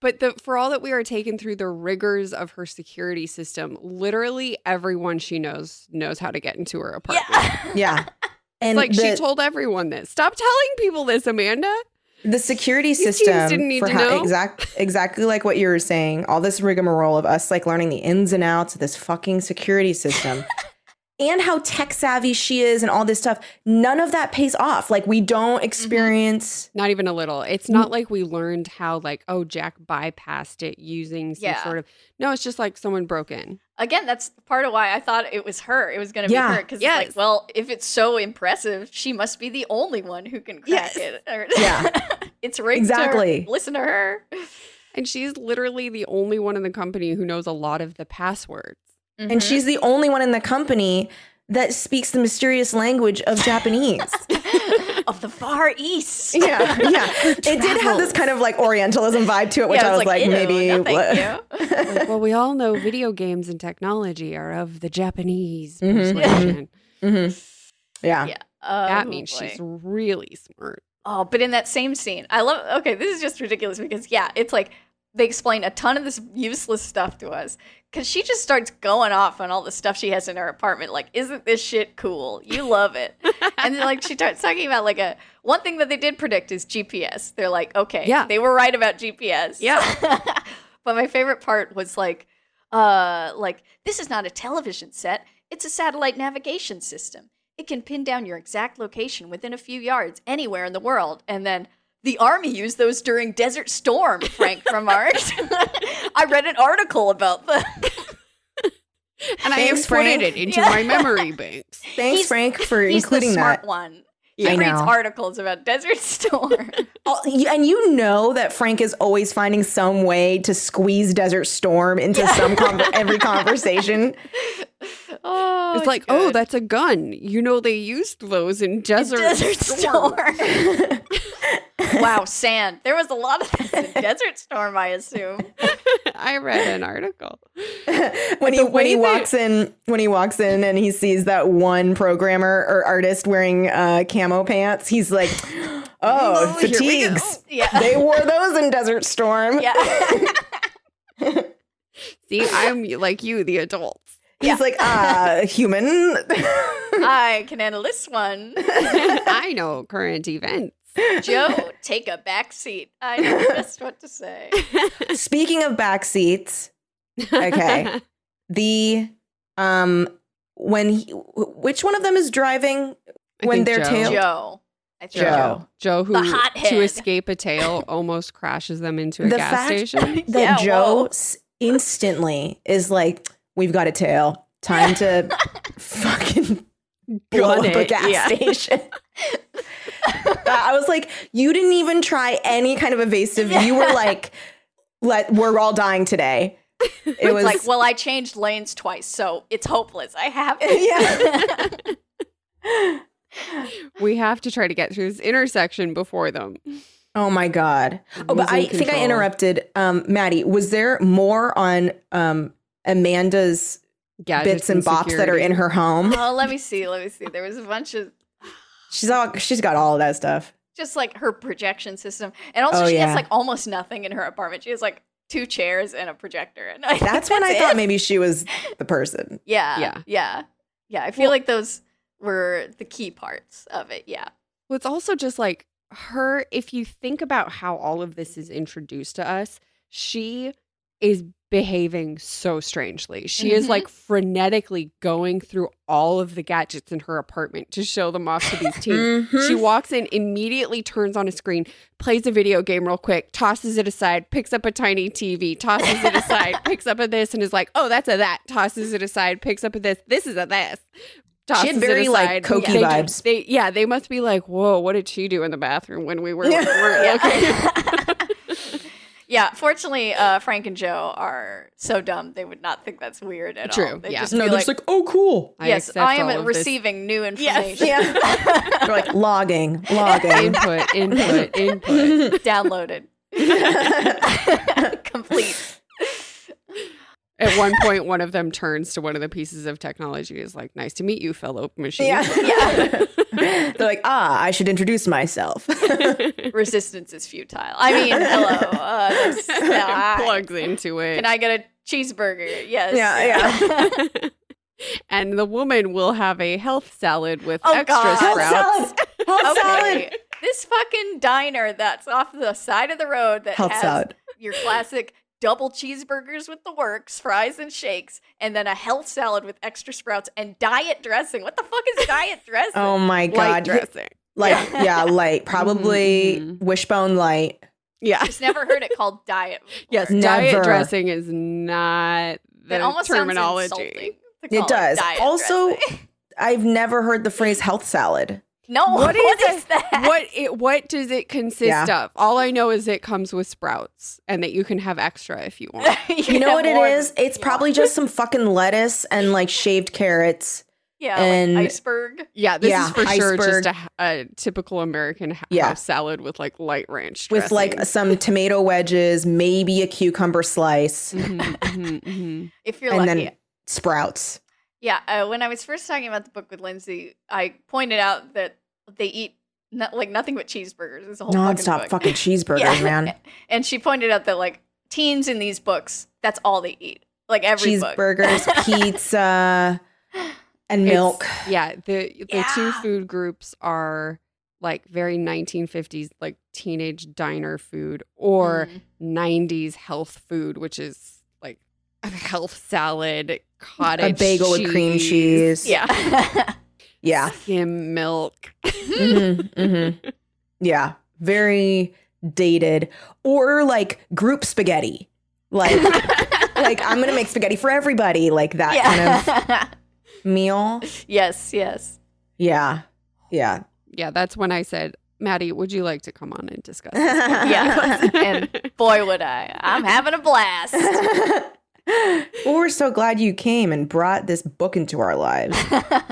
[SPEAKER 3] But the for all that we are taken through the rigors of her security system, literally everyone she knows knows how to get into her apartment.
[SPEAKER 4] yeah.
[SPEAKER 2] Yeah. And
[SPEAKER 3] It's like
[SPEAKER 2] the,
[SPEAKER 3] she told everyone this. Stop telling people this, Amanda.
[SPEAKER 2] the security
[SPEAKER 3] teens
[SPEAKER 2] system
[SPEAKER 3] didn't need
[SPEAKER 2] for
[SPEAKER 3] to
[SPEAKER 2] how
[SPEAKER 3] know.
[SPEAKER 2] exact exactly like what you were saying, all this rigmarole of us like learning the ins and outs of this fucking security system. And how tech savvy she is, and all this stuff. None of that pays off. Like we
[SPEAKER 3] Mm-hmm.
[SPEAKER 2] don't experience.
[SPEAKER 3] Not even a little. It's not like we learned how like oh Jack bypassed it using some
[SPEAKER 4] Yeah.
[SPEAKER 3] sort of. No, it's just like someone broke in.
[SPEAKER 4] Again, that's part of why I thought it was her. It was going to
[SPEAKER 2] Yeah.
[SPEAKER 4] be her because
[SPEAKER 3] Yes.
[SPEAKER 4] it's like, well, if it's so impressive, she must be the only one who can crack
[SPEAKER 3] Yes.
[SPEAKER 4] it. Or-
[SPEAKER 2] Yeah.
[SPEAKER 4] it's rigged. to her.
[SPEAKER 2] Exactly.
[SPEAKER 4] Listen to her.
[SPEAKER 3] And she's literally the only one in the company who knows a lot of the passwords.
[SPEAKER 2] And
[SPEAKER 4] Mm-hmm.
[SPEAKER 2] she's the only one in the company that speaks the mysterious language of Japanese.
[SPEAKER 4] Mm-hmm. of the Far East.
[SPEAKER 2] yeah, yeah. It did have this kind of like Orientalism vibe to it, which
[SPEAKER 4] Yeah,
[SPEAKER 2] I was like,
[SPEAKER 4] "Ew,
[SPEAKER 2] maybe.
[SPEAKER 4] no,
[SPEAKER 2] what-
[SPEAKER 4] thank you.
[SPEAKER 3] Like, well, we all know video games and technology are of the Japanese
[SPEAKER 2] Mhm, mhm.
[SPEAKER 3] persuasion.
[SPEAKER 2] Mhm. Yeah.
[SPEAKER 4] Yeah. Oh,
[SPEAKER 3] that means
[SPEAKER 4] boy.
[SPEAKER 3] she's really smart.
[SPEAKER 4] Oh, but in that same scene, I love. Okay, this is just ridiculous because yeah, it's like they explain a ton of this useless stuff to us because she just starts going off on all the stuff she has in her apartment. Like, isn't this shit cool? You love it. and then like she starts talking about like a one thing that they did predict is GPS. They're like, okay,
[SPEAKER 3] Yeah.
[SPEAKER 4] they were right about GPS.
[SPEAKER 3] Yeah.
[SPEAKER 4] but my favorite part was like, uh, like this is not a television set. It's a satellite navigation system. It can pin down your exact location within a few yards anywhere in the world. And then the army used those during Desert Storm, Frank from Mars. I read an article about them.
[SPEAKER 3] And I
[SPEAKER 2] Thanks,
[SPEAKER 3] imported
[SPEAKER 2] Frank.
[SPEAKER 3] it into
[SPEAKER 4] Yeah.
[SPEAKER 3] my memory banks.
[SPEAKER 2] Thanks,
[SPEAKER 4] He's-
[SPEAKER 2] Frank, for
[SPEAKER 4] He's the
[SPEAKER 2] including
[SPEAKER 4] smart
[SPEAKER 2] that.
[SPEAKER 4] one. He
[SPEAKER 2] Yeah. I
[SPEAKER 4] reads
[SPEAKER 2] know.
[SPEAKER 4] articles about Desert Storm.
[SPEAKER 2] Oh, y- And you know that Frank is always finding some way to squeeze Desert Storm into some conver every conversation.
[SPEAKER 4] oh,
[SPEAKER 3] it's like, oh, that's a gun. You know they used those in Desert,
[SPEAKER 4] Desert
[SPEAKER 3] Storm.
[SPEAKER 4] Storm. wow, sand. There was a lot of this in Desert Storm, I assume.
[SPEAKER 3] I read an article.
[SPEAKER 2] when he when
[SPEAKER 3] way
[SPEAKER 2] he
[SPEAKER 3] that-
[SPEAKER 2] walks in when he walks in and he sees that one programmer or artist wearing uh, camo pants, he's like, "Oh,
[SPEAKER 3] here we
[SPEAKER 2] fatigues!
[SPEAKER 4] Yeah.
[SPEAKER 2] They wore those in Desert Storm."
[SPEAKER 4] Yeah.
[SPEAKER 3] See, I'm like you, the adults.
[SPEAKER 2] He's like, "Ah, human."
[SPEAKER 4] I can handle this one.
[SPEAKER 3] I know current events.
[SPEAKER 4] Joe, take a back seat. I know just what to say.
[SPEAKER 2] Speaking of back seats, Okay. the um when he, which one of them is driving
[SPEAKER 3] I
[SPEAKER 2] when
[SPEAKER 3] think
[SPEAKER 2] their
[SPEAKER 3] Joe.
[SPEAKER 2] tail
[SPEAKER 4] Joe. I think
[SPEAKER 2] Joe.
[SPEAKER 3] Joe,
[SPEAKER 4] The
[SPEAKER 3] who
[SPEAKER 4] hothead.
[SPEAKER 3] to escape a tail almost crashes them into a
[SPEAKER 2] The
[SPEAKER 3] gas
[SPEAKER 2] fact-
[SPEAKER 3] station.
[SPEAKER 2] that
[SPEAKER 4] Yeah,
[SPEAKER 2] Joe
[SPEAKER 4] whoa.
[SPEAKER 2] s instantly is like, "We've got a tail. Time to fucking blow
[SPEAKER 3] Gun
[SPEAKER 2] up a
[SPEAKER 3] it,
[SPEAKER 2] gas
[SPEAKER 3] yeah.
[SPEAKER 2] station." I was like, "You didn't even try any kind of evasive. You were like, let we're all dying today." It
[SPEAKER 4] It's
[SPEAKER 2] was
[SPEAKER 4] like, well, I changed lanes twice, so it's hopeless. I have
[SPEAKER 2] Yeah.
[SPEAKER 3] We have to try to get through this intersection before them.
[SPEAKER 2] oh my god. Oh, but I
[SPEAKER 3] Losing
[SPEAKER 2] think I
[SPEAKER 3] control.
[SPEAKER 2] interrupted. Um, Maddie, was there more on um Amanda's
[SPEAKER 3] Gadgets
[SPEAKER 2] bits and bops that are in her home?
[SPEAKER 4] oh, let me see. Let me see. There was a bunch of
[SPEAKER 2] She's all she's got all of that stuff.
[SPEAKER 4] just like her projection system. And also
[SPEAKER 2] Oh,
[SPEAKER 4] she
[SPEAKER 2] yeah.
[SPEAKER 4] has like almost nothing in her apartment. She has like two chairs and a projector. And I,
[SPEAKER 2] That's when I
[SPEAKER 4] it.
[SPEAKER 2] thought maybe she was the person.
[SPEAKER 4] Yeah.
[SPEAKER 3] Yeah.
[SPEAKER 4] Yeah. Yeah. Yeah. I feel like those were the key parts of it. Yeah.
[SPEAKER 3] Well, it's also just like her, if you think about how all of this is introduced to us, she is behaving so strangely. She
[SPEAKER 2] Mm-hmm.
[SPEAKER 3] is
[SPEAKER 4] Mhm.
[SPEAKER 3] like frenetically going through all of the gadgets in her apartment to show them off to these teens. She walks in, immediately turns on a screen, plays a video game real quick, tosses it aside, picks up a tiny TV, tosses it aside, picks up a this, and is like, "Oh, that's a that." Tosses it aside, picks up a this. This is a this. Tosses it
[SPEAKER 2] very, like,
[SPEAKER 3] aside.
[SPEAKER 2] Cokie
[SPEAKER 3] They-
[SPEAKER 2] vibes.
[SPEAKER 3] They, yeah, they must be like, "Whoa, what did she do in the bathroom when we were, we weren't
[SPEAKER 4] Yeah.
[SPEAKER 3] looking?"
[SPEAKER 4] Yeah, fortunately, uh, Frank and Joe are so dumb they would not think that's weird at all.
[SPEAKER 3] True,
[SPEAKER 4] They'd
[SPEAKER 3] yeah.
[SPEAKER 4] just
[SPEAKER 2] no,
[SPEAKER 4] be
[SPEAKER 2] they're just like, oh, cool.
[SPEAKER 4] yes,
[SPEAKER 3] accept
[SPEAKER 4] I
[SPEAKER 3] all of
[SPEAKER 4] am
[SPEAKER 3] this
[SPEAKER 4] receiving new
[SPEAKER 2] Yes.
[SPEAKER 4] information.
[SPEAKER 2] Yeah. they're like logging, logging.
[SPEAKER 3] Input, input, input.
[SPEAKER 4] Downloaded, complete.
[SPEAKER 3] At one point, one of them turns to one of the pieces of technology and is like, "Nice to meet you, fellow machine."
[SPEAKER 2] yeah. yeah. they're like, ah, I should introduce myself.
[SPEAKER 4] Resistance is futile. I mean, hello. Uh, that's- yeah, I-
[SPEAKER 3] Plugs into it.
[SPEAKER 4] can I get a cheeseburger? Yes.
[SPEAKER 2] Yeah, yeah.
[SPEAKER 3] and the woman will have a health salad with
[SPEAKER 4] Oh,
[SPEAKER 3] extra
[SPEAKER 4] God.
[SPEAKER 2] Help
[SPEAKER 3] sprouts.
[SPEAKER 2] salad. Help salad.
[SPEAKER 4] Okay. This fucking diner that's off the side of the road that
[SPEAKER 2] Help
[SPEAKER 4] has
[SPEAKER 2] salad.
[SPEAKER 4] your classic double cheeseburgers with the works, fries and shakes, and then a health salad with extra sprouts and diet dressing. What the fuck is diet dressing?
[SPEAKER 2] Oh my
[SPEAKER 3] Light
[SPEAKER 2] god.
[SPEAKER 3] dressing.
[SPEAKER 2] Like, yeah, light. Probably
[SPEAKER 3] Mhm, mhm.
[SPEAKER 2] wishbone light.
[SPEAKER 3] Yeah.
[SPEAKER 4] Just never heard it called diet. before.
[SPEAKER 3] Yes.
[SPEAKER 2] Never.
[SPEAKER 3] Diet dressing is not the
[SPEAKER 4] That almost
[SPEAKER 3] terminology.
[SPEAKER 4] Sounds insulting to
[SPEAKER 2] It
[SPEAKER 4] call
[SPEAKER 2] does.
[SPEAKER 4] diet
[SPEAKER 2] Also-
[SPEAKER 4] dressing.
[SPEAKER 2] I've never heard the phrase health salad.
[SPEAKER 4] no.
[SPEAKER 3] What is
[SPEAKER 4] what
[SPEAKER 3] it?
[SPEAKER 4] is that?
[SPEAKER 3] what it what does it consist of? All I know is it comes with sprouts and that you can have extra if you want.
[SPEAKER 4] can
[SPEAKER 2] You know
[SPEAKER 4] have
[SPEAKER 2] what it
[SPEAKER 4] more
[SPEAKER 2] is?
[SPEAKER 4] than
[SPEAKER 2] It's
[SPEAKER 4] you
[SPEAKER 2] probably
[SPEAKER 4] want.
[SPEAKER 2] just some fucking lettuce and like shaved carrots.
[SPEAKER 4] yeah,
[SPEAKER 2] and-
[SPEAKER 4] like iceberg.
[SPEAKER 3] Yeah, this
[SPEAKER 2] Yeah,
[SPEAKER 3] is for sure
[SPEAKER 2] iceberg.
[SPEAKER 3] just a, a typical American h-
[SPEAKER 2] Yeah.
[SPEAKER 3] house salad with like light ranch
[SPEAKER 2] with like
[SPEAKER 3] dressing.
[SPEAKER 2] some tomato wedges, maybe a cucumber slice,
[SPEAKER 3] Mhm, mhm, mhm.
[SPEAKER 4] If you're
[SPEAKER 2] and
[SPEAKER 4] lucky.
[SPEAKER 2] then sprouts.
[SPEAKER 4] Yeah, uh, when I was first talking about the book with Lindsay, I pointed out that they eat no, like nothing but cheeseburgers. It's a whole Oh, fucking
[SPEAKER 2] Nonstop
[SPEAKER 4] book.
[SPEAKER 2] fucking cheeseburgers,
[SPEAKER 4] Yeah.
[SPEAKER 2] man.
[SPEAKER 4] And she pointed out that like teens in these books, that's all they eat. Like every book.
[SPEAKER 2] Cheeseburgers, pizza, and
[SPEAKER 3] It's-
[SPEAKER 2] milk.
[SPEAKER 3] Yeah, the the two
[SPEAKER 4] Yeah.
[SPEAKER 3] food groups are like very 1950s like teenage diner food or
[SPEAKER 4] Mm.
[SPEAKER 3] 90s health food which is like a health salad, cottage
[SPEAKER 2] bagel with cream cheese.
[SPEAKER 4] yeah.
[SPEAKER 2] Yeah.
[SPEAKER 3] skim milk.
[SPEAKER 2] hmm Yeah. Very dated. Or like group spaghetti. Like, like I'm gonna make spaghetti for everybody. Like that
[SPEAKER 4] yeah.
[SPEAKER 2] kind of meal.
[SPEAKER 4] yes, yes.
[SPEAKER 2] Yeah. Yeah.
[SPEAKER 3] Yeah, that's when I said, Maddie, would you like to come on and discuss this? book with
[SPEAKER 4] Yeah.
[SPEAKER 3] us?"
[SPEAKER 4] And- Boy, would I. I'm having a blast.
[SPEAKER 2] well, we're so glad you came and brought this book into our lives.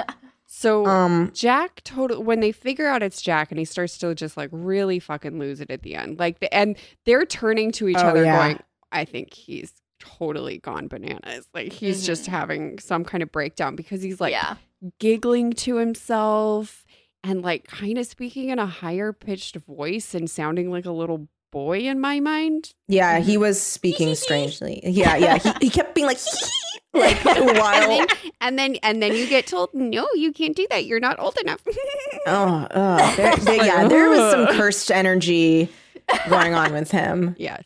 [SPEAKER 3] so
[SPEAKER 2] Um,
[SPEAKER 3] Jack total when they figure out it's Jack and he starts to just like really fucking lose it at the end. Like the and they're turning to each
[SPEAKER 2] Oh,
[SPEAKER 3] other
[SPEAKER 2] yeah.
[SPEAKER 3] going, I think he's totally gone bananas. Like
[SPEAKER 2] Mm-hmm.
[SPEAKER 3] he's just
[SPEAKER 4] Mhm.
[SPEAKER 3] having some kind of breakdown because he's like
[SPEAKER 4] yeah.
[SPEAKER 3] giggling to himself and like kind of speaking in a higher pitched voice and sounding like a little boy in my mind.
[SPEAKER 2] yeah,
[SPEAKER 3] Mm-hmm.
[SPEAKER 2] he was speaking strangely. Yeah, yeah. He, he kept being like, like while.
[SPEAKER 3] And then, and then and then you get told, no, you can't do that. You're not old enough.
[SPEAKER 2] Oh, oh there, there- yeah, there was some cursed energy going on with him.
[SPEAKER 3] Yes.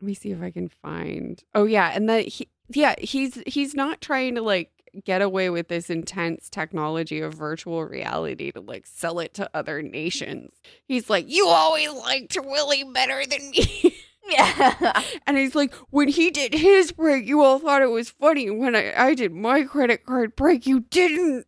[SPEAKER 3] Let me see if I can find. Oh yeah, and the he, yeah, he's he's not trying to like get away with this intense technology of virtual reality to like sell it to other nations. He's like, "You always liked Willie better than me."
[SPEAKER 4] Yeah.
[SPEAKER 3] And he's like, "When he did his break, you all thought it was funny. When I I did my credit card break, you didn't."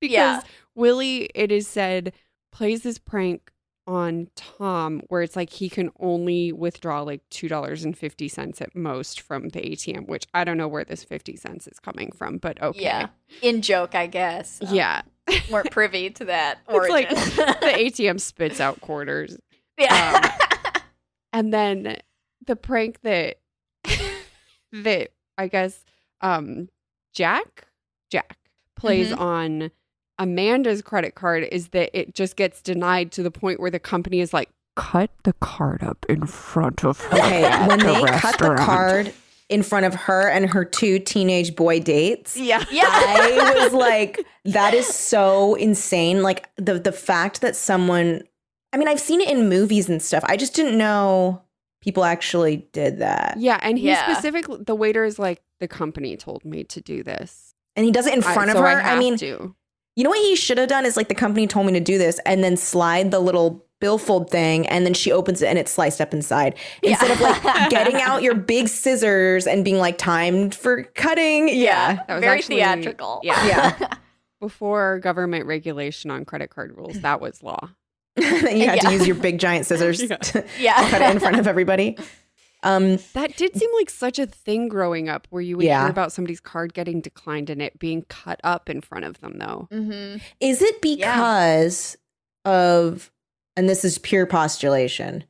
[SPEAKER 3] Because
[SPEAKER 4] Yeah.
[SPEAKER 3] Willie, it is said, plays this prank on Tom where it's like he can only withdraw like $2.50 at most from the ATM, which I don't know where this 50 cents is coming from, but okay.
[SPEAKER 4] Yeah. In joke, I guess. Um,
[SPEAKER 3] Yeah.
[SPEAKER 4] Weren't privy to that
[SPEAKER 3] It's
[SPEAKER 4] origin.
[SPEAKER 3] like the ATM spits out quarters.
[SPEAKER 2] Um,
[SPEAKER 4] yeah.
[SPEAKER 3] And then the prank that that I guess um Jack Jack plays
[SPEAKER 2] Mm-hmm.
[SPEAKER 3] on Amanda's credit card is that it just gets denied to the point where the company is like cut the card up in front of her.
[SPEAKER 2] Okay,
[SPEAKER 3] at
[SPEAKER 2] when
[SPEAKER 3] the
[SPEAKER 2] they cut the
[SPEAKER 3] restaurant."
[SPEAKER 2] card in front of her and her two teenage boy dates,
[SPEAKER 3] Yeah.
[SPEAKER 2] I was like, that is so insane. Like the the fact that someone I mean, I've seen it in movies and stuff. I just didn't know people actually did that.
[SPEAKER 3] Yeah, and he
[SPEAKER 4] Yeah.
[SPEAKER 3] specifically the waiter is like the company told me to do this.
[SPEAKER 2] And he does it in
[SPEAKER 3] I-
[SPEAKER 2] front of
[SPEAKER 3] so
[SPEAKER 2] her. I,
[SPEAKER 3] have
[SPEAKER 2] mean,
[SPEAKER 3] to.
[SPEAKER 2] you know what he should have done is like the company told me to do this and then slide the little billfold thing and then she opens it and it's sliced up inside. Instead of like getting out your big scissors and being like timed for cutting. Yeah.
[SPEAKER 3] That was
[SPEAKER 4] very
[SPEAKER 3] actually-
[SPEAKER 4] theatrical.
[SPEAKER 3] yeah.
[SPEAKER 2] Yeah.
[SPEAKER 3] before government regulation on credit card rules, that was law.
[SPEAKER 2] you had
[SPEAKER 4] Yeah.
[SPEAKER 2] to use your big giant scissors
[SPEAKER 3] Yeah.
[SPEAKER 2] to
[SPEAKER 4] yeah.
[SPEAKER 2] cut it in front of everybody. Um
[SPEAKER 3] That did seem like such a thing growing up where you would
[SPEAKER 2] Yeah.
[SPEAKER 3] hear about somebody's card getting declined and it being cut up in front of them, though.
[SPEAKER 4] Mm-hmm.
[SPEAKER 2] Is it because of, and this is pure postulation,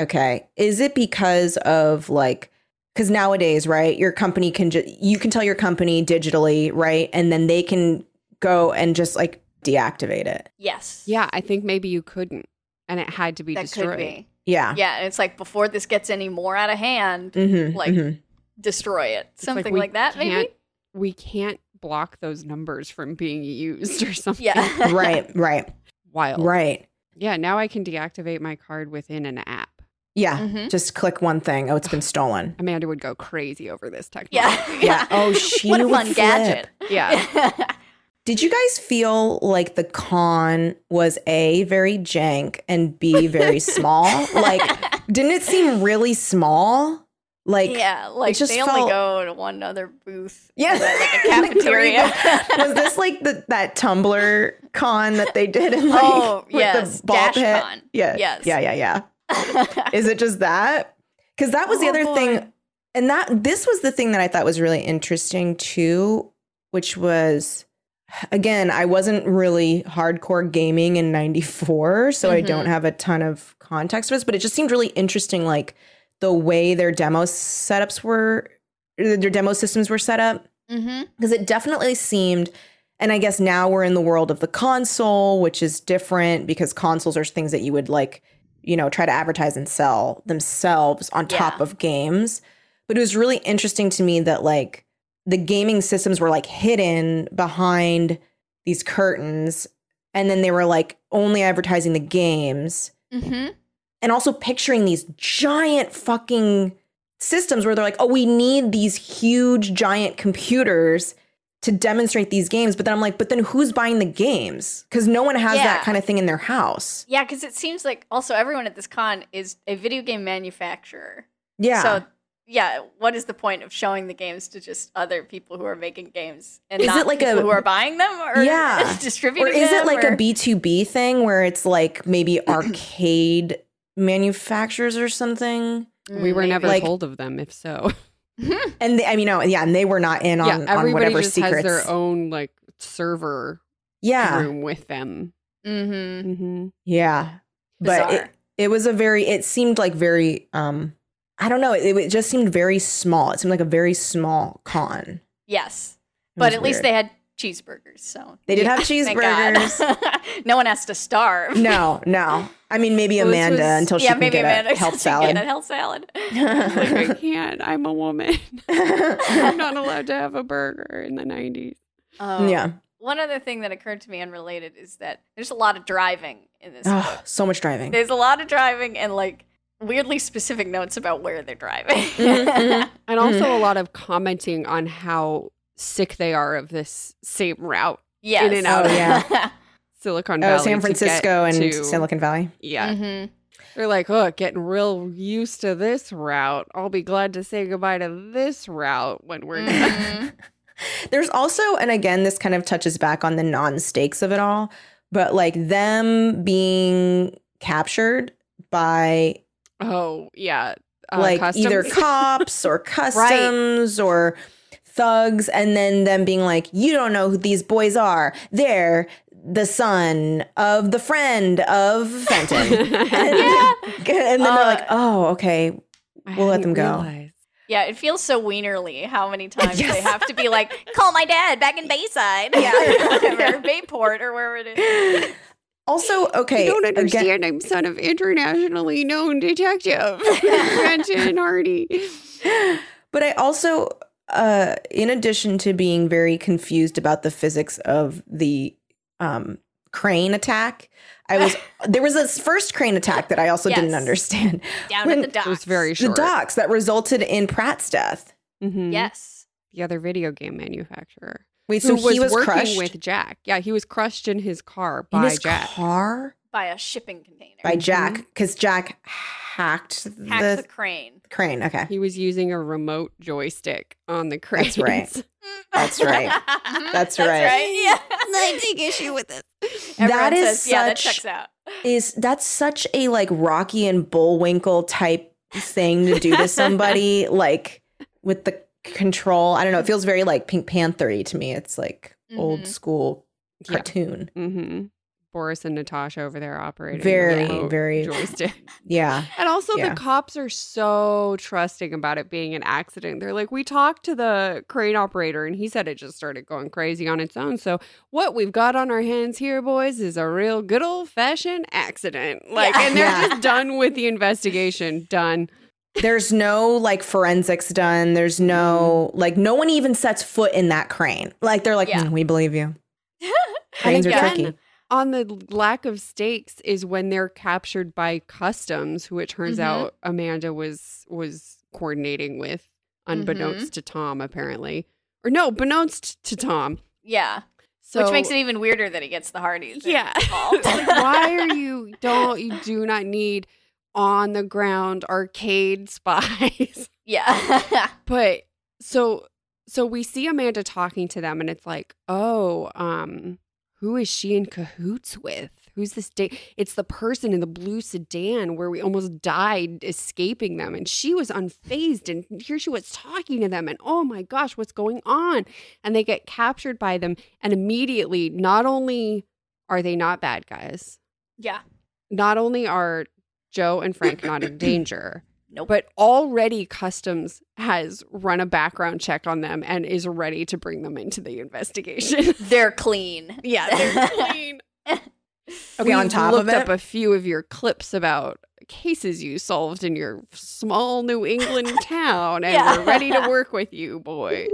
[SPEAKER 2] okay? Is it because of like, because nowadays, right, your company can just, you can tell your company digitally, right? And then they can go and just like deactivate it.
[SPEAKER 4] Yes.
[SPEAKER 3] Yeah, I think maybe you couldn't and it had to be
[SPEAKER 4] That
[SPEAKER 3] destroyed.
[SPEAKER 4] could be.
[SPEAKER 2] Yeah.
[SPEAKER 4] Yeah, and it's like before this gets any more out of hand,
[SPEAKER 2] Mm-hmm,
[SPEAKER 4] Like- destroy it.
[SPEAKER 3] like
[SPEAKER 4] Something
[SPEAKER 3] we
[SPEAKER 4] like, that, maybe.
[SPEAKER 3] can't- We can't block those numbers from being used or something
[SPEAKER 4] Yeah.
[SPEAKER 2] right, right,
[SPEAKER 3] wild.
[SPEAKER 2] right.
[SPEAKER 3] Yeah, now I can deactivate my card within an app.
[SPEAKER 2] Yeah.
[SPEAKER 4] Mhm.
[SPEAKER 2] Just click one thing. Oh, it's been stolen.
[SPEAKER 3] Amanda would go crazy over this technology.
[SPEAKER 4] Yeah.
[SPEAKER 2] Yeah. Oh, she
[SPEAKER 4] what a
[SPEAKER 2] would
[SPEAKER 4] fun
[SPEAKER 2] flip.
[SPEAKER 4] gadget.
[SPEAKER 3] Yeah.
[SPEAKER 2] Did you guys feel like the con was A, very jank, and B, very small? Like, didn't it seem really small? Like,
[SPEAKER 4] yeah, like
[SPEAKER 2] just
[SPEAKER 4] they only
[SPEAKER 2] felt-
[SPEAKER 4] go to one other booth.
[SPEAKER 2] Yeah.
[SPEAKER 4] uh, like a cafeteria.
[SPEAKER 2] was this like the, that Tumblr con that they did in like
[SPEAKER 4] Oh,
[SPEAKER 2] with
[SPEAKER 4] yes,
[SPEAKER 2] the ball
[SPEAKER 4] Dash
[SPEAKER 2] pit?
[SPEAKER 4] Con.
[SPEAKER 2] Yeah.
[SPEAKER 4] Yes.
[SPEAKER 2] Yeah, yeah, yeah.
[SPEAKER 4] Mm-hmm.
[SPEAKER 2] Is it just that? Because that was the
[SPEAKER 4] Oh,
[SPEAKER 2] other
[SPEAKER 4] boy.
[SPEAKER 2] thing, and that this was the thing that I thought was really interesting too, which was again I wasn't really hardcore gaming in '94, so I don't
[SPEAKER 4] Mhm.
[SPEAKER 2] have a ton of context for this, but it just seemed really interesting, like the way their demo setups were, their demo systems were set up
[SPEAKER 4] mm-hmm.
[SPEAKER 2] because it definitely seemed and i guess now we're in the world of the console which is different because consoles are things that you would like you know try to advertise and sell themselves on top
[SPEAKER 4] Yeah.
[SPEAKER 2] of games but it was really interesting to me that like the gaming systems were like hidden behind these curtains and then they were like only advertising the games
[SPEAKER 4] Mm-hmm.
[SPEAKER 2] and also picturing these giant fucking systems where they're like, oh, we need these huge giant computers to demonstrate these games. But then I'm like, but then who's buying the games? Because no one has
[SPEAKER 4] Yeah.
[SPEAKER 2] that kind of thing in their house.
[SPEAKER 4] Yeah, because it seems like also everyone at this con is a video game manufacturer.
[SPEAKER 2] Yeah.
[SPEAKER 4] So yeah, what is the point of showing the games to just other people who are making games and
[SPEAKER 2] Is
[SPEAKER 4] not
[SPEAKER 2] it like
[SPEAKER 4] people
[SPEAKER 2] a-
[SPEAKER 4] who are buying them or
[SPEAKER 2] Yeah. or
[SPEAKER 4] distributing
[SPEAKER 2] is it
[SPEAKER 4] them,
[SPEAKER 2] like
[SPEAKER 4] or-
[SPEAKER 2] a B2B thing where it's like maybe arcade manufacturers or something?
[SPEAKER 3] we were
[SPEAKER 4] Mm,
[SPEAKER 3] never
[SPEAKER 2] Like-
[SPEAKER 3] told of them, if so.
[SPEAKER 2] And they, I mean, no, yeah, and they were not in on,
[SPEAKER 3] yeah,
[SPEAKER 2] on
[SPEAKER 3] everybody
[SPEAKER 2] whatever
[SPEAKER 3] just
[SPEAKER 2] secrets.
[SPEAKER 3] has their own like server
[SPEAKER 2] yeah.
[SPEAKER 3] room with them.
[SPEAKER 4] maybe. Mhm.
[SPEAKER 3] Mm-hmm.
[SPEAKER 2] Yeah. But it,
[SPEAKER 4] Bizarre.
[SPEAKER 2] it was a very it seemed like very um I don't know, it, it just seemed very small. It seemed like a very small con. It
[SPEAKER 4] Yes,
[SPEAKER 2] was
[SPEAKER 4] but at least
[SPEAKER 2] weird.
[SPEAKER 4] they had cheeseburgers. So
[SPEAKER 2] They did have
[SPEAKER 4] thank God.
[SPEAKER 2] cheeseburgers.
[SPEAKER 4] no one has to starve.
[SPEAKER 2] no, no. I mean maybe
[SPEAKER 3] Well, this
[SPEAKER 2] Amanda
[SPEAKER 3] was-
[SPEAKER 2] until she
[SPEAKER 4] yeah,
[SPEAKER 2] can
[SPEAKER 4] maybe
[SPEAKER 2] get
[SPEAKER 4] Amanda
[SPEAKER 2] a health
[SPEAKER 4] she can
[SPEAKER 2] salad.
[SPEAKER 4] get a health salad.
[SPEAKER 3] Like, I can't. I'm a woman. I'm not allowed to have a burger in the 90s.
[SPEAKER 4] Um,
[SPEAKER 2] yeah.
[SPEAKER 4] One other thing that occurred to me unrelated is that there's a lot of driving in this.
[SPEAKER 2] Oh, so much driving.
[SPEAKER 4] There's a lot of driving and like weirdly specific notes about where they're driving.
[SPEAKER 2] Mhm, mhm.
[SPEAKER 3] And also a lot of commenting on how sick they are of this same route,
[SPEAKER 4] yes.
[SPEAKER 3] In and out.
[SPEAKER 2] Oh, yeah.
[SPEAKER 3] Silicon Valley.
[SPEAKER 2] Oh, San
[SPEAKER 3] to get
[SPEAKER 2] Francisco and
[SPEAKER 3] to-
[SPEAKER 2] Silicon Valley.
[SPEAKER 3] Yeah.
[SPEAKER 2] Mm-hmm,
[SPEAKER 4] Mhm.
[SPEAKER 3] They're like, oh, getting real used to this route. I'll be glad to say goodbye to this route when we're done.
[SPEAKER 2] mm-hmm.
[SPEAKER 4] Mhm.
[SPEAKER 2] There's also, and again, this kind of touches back on the non stakes of it all, but like them being captured by
[SPEAKER 3] oh, yeah. Uh,
[SPEAKER 2] like either
[SPEAKER 3] customs.
[SPEAKER 2] cops or customs or thugs and then them being like you don't know who these boys are they're the son of the friend of fenton and,
[SPEAKER 4] Yeah.
[SPEAKER 2] and then they're
[SPEAKER 4] Uh,
[SPEAKER 2] like oh okay
[SPEAKER 3] I
[SPEAKER 2] We'll let them
[SPEAKER 3] hadn't
[SPEAKER 2] go.
[SPEAKER 3] realized.
[SPEAKER 4] Yeah, it feels so wienerly how many times
[SPEAKER 2] Yes.
[SPEAKER 4] they have to be like, call my dad back in Bayside.
[SPEAKER 2] Yeah.
[SPEAKER 4] Whatever,
[SPEAKER 2] Yeah.
[SPEAKER 4] Bayport or wherever it is.
[SPEAKER 2] also okay
[SPEAKER 3] you don't
[SPEAKER 2] again-
[SPEAKER 3] understand. I'm son of internationally known detective Brenton Hardy.
[SPEAKER 2] but I also, uh, in addition to being very confused about the physics of the um, crane attack, I was there was this first crane attack that I also didn't
[SPEAKER 4] Yes.
[SPEAKER 2] understand.
[SPEAKER 4] Down
[SPEAKER 2] When-
[SPEAKER 4] at the docks.
[SPEAKER 3] It was very short.
[SPEAKER 2] The docks that resulted in Pratt's death.
[SPEAKER 3] Mhm.
[SPEAKER 4] Yes.
[SPEAKER 3] the other video game manufacturer
[SPEAKER 2] Wait,
[SPEAKER 3] who
[SPEAKER 2] so he was,
[SPEAKER 3] working
[SPEAKER 2] crushed
[SPEAKER 3] with Jack. Yeah, he was crushed in his car
[SPEAKER 2] in
[SPEAKER 3] by
[SPEAKER 2] his
[SPEAKER 3] Jack. Mm-hmm.
[SPEAKER 2] car
[SPEAKER 4] By a shipping container.
[SPEAKER 2] by Jack because Jack hacked
[SPEAKER 4] Hacked the,
[SPEAKER 2] the
[SPEAKER 4] crane.
[SPEAKER 2] crane. Okay,
[SPEAKER 3] He was using a remote joystick on the crane.
[SPEAKER 2] That's right. That's right.
[SPEAKER 4] Mhm,
[SPEAKER 2] That's right.
[SPEAKER 4] right.
[SPEAKER 3] I take issue with this.
[SPEAKER 4] Yeah. Everyone
[SPEAKER 2] That is
[SPEAKER 4] says, yeah, that
[SPEAKER 2] such-
[SPEAKER 4] checks out.
[SPEAKER 2] is that's such a like Rocky and Bullwinkle type thing to do to somebody, like with the control. I don't know. It feels very like Pink Panthery to me. It's like old
[SPEAKER 4] Mhm.
[SPEAKER 2] school
[SPEAKER 3] Mm-hmm. Yeah.
[SPEAKER 2] cartoon.
[SPEAKER 3] hmm Boris and Natasha over there operating. the
[SPEAKER 2] Very,
[SPEAKER 3] remote
[SPEAKER 2] very-
[SPEAKER 3] joystick.
[SPEAKER 2] Yeah.
[SPEAKER 3] And also,
[SPEAKER 2] Yeah.
[SPEAKER 3] the cops are so trusting about it being an accident. They're like, we talked to the crane operator and he said it just started going crazy on its own. So, what we've got on our hands here, boys, is a real good old fashioned accident. Like,
[SPEAKER 4] Yeah.
[SPEAKER 3] and they're
[SPEAKER 2] Yeah.
[SPEAKER 3] just done with the investigation. Done.
[SPEAKER 2] There's no like forensics done. There's no
[SPEAKER 3] Mm-hmm.
[SPEAKER 2] like no one even sets foot in that crane. Like they're like,
[SPEAKER 4] Yeah.
[SPEAKER 2] "Mm, we believe you. Cranes are
[SPEAKER 3] again,
[SPEAKER 2] tricky.
[SPEAKER 3] On the lack of stakes is when they're captured by customs, who it turns
[SPEAKER 4] Mhm.
[SPEAKER 3] out Amanda was was coordinating with,
[SPEAKER 4] Mm-hmm.
[SPEAKER 3] unbeknownst to Tom, apparently. Or no, beknownst to Tom.
[SPEAKER 4] Yeah.
[SPEAKER 3] So
[SPEAKER 4] Which makes it even weirder that he gets the Hardee's.
[SPEAKER 3] Yeah.
[SPEAKER 4] involved.
[SPEAKER 3] like, why are you don't you do not need on the ground arcade spies?
[SPEAKER 4] Yeah.
[SPEAKER 3] But so so we see Amanda talking to them and it's like, "Oh, um who is she in cahoots with? Who's this date? It's the person in the blue sedan where we almost died escaping them. And she was unfazed. And here she was talking to them. And oh my gosh, what's going on? And they get captured by them. And immediately, not only are they not bad guys,
[SPEAKER 4] yeah.
[SPEAKER 3] not only are Joe and Frank not in danger,
[SPEAKER 4] Nope.
[SPEAKER 3] but already customs has run a background check on them and is ready to bring them into the investigation.
[SPEAKER 4] They're clean.
[SPEAKER 3] yeah, they're clean.
[SPEAKER 2] Okay, on top of
[SPEAKER 3] looked up
[SPEAKER 2] it.
[SPEAKER 3] a few of your clips about cases you solved in your small New England town, and
[SPEAKER 4] Yeah.
[SPEAKER 3] we're ready to work with you, boys.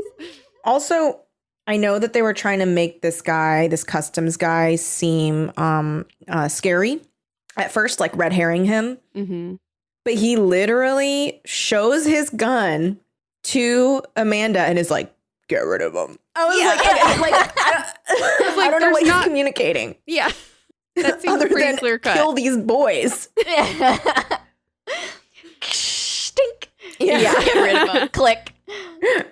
[SPEAKER 2] also, I know that they were trying to make this guy, this customs guy, seem um uh, scary at first, like red herring him.
[SPEAKER 3] Mm-hmm.
[SPEAKER 2] But he literally shows his gun to Amanda and is like, "Get rid of him." I was
[SPEAKER 4] Yeah.
[SPEAKER 2] like, I, like, I don't,
[SPEAKER 3] like,
[SPEAKER 2] I don't know
[SPEAKER 3] there's
[SPEAKER 2] what
[SPEAKER 3] not-
[SPEAKER 2] he's communicating.
[SPEAKER 3] Yeah, that seems
[SPEAKER 2] other
[SPEAKER 3] pretty
[SPEAKER 2] than
[SPEAKER 3] clear cut.
[SPEAKER 2] kill these boys.
[SPEAKER 4] Stink.
[SPEAKER 2] Yeah.
[SPEAKER 4] Get rid of them. Click.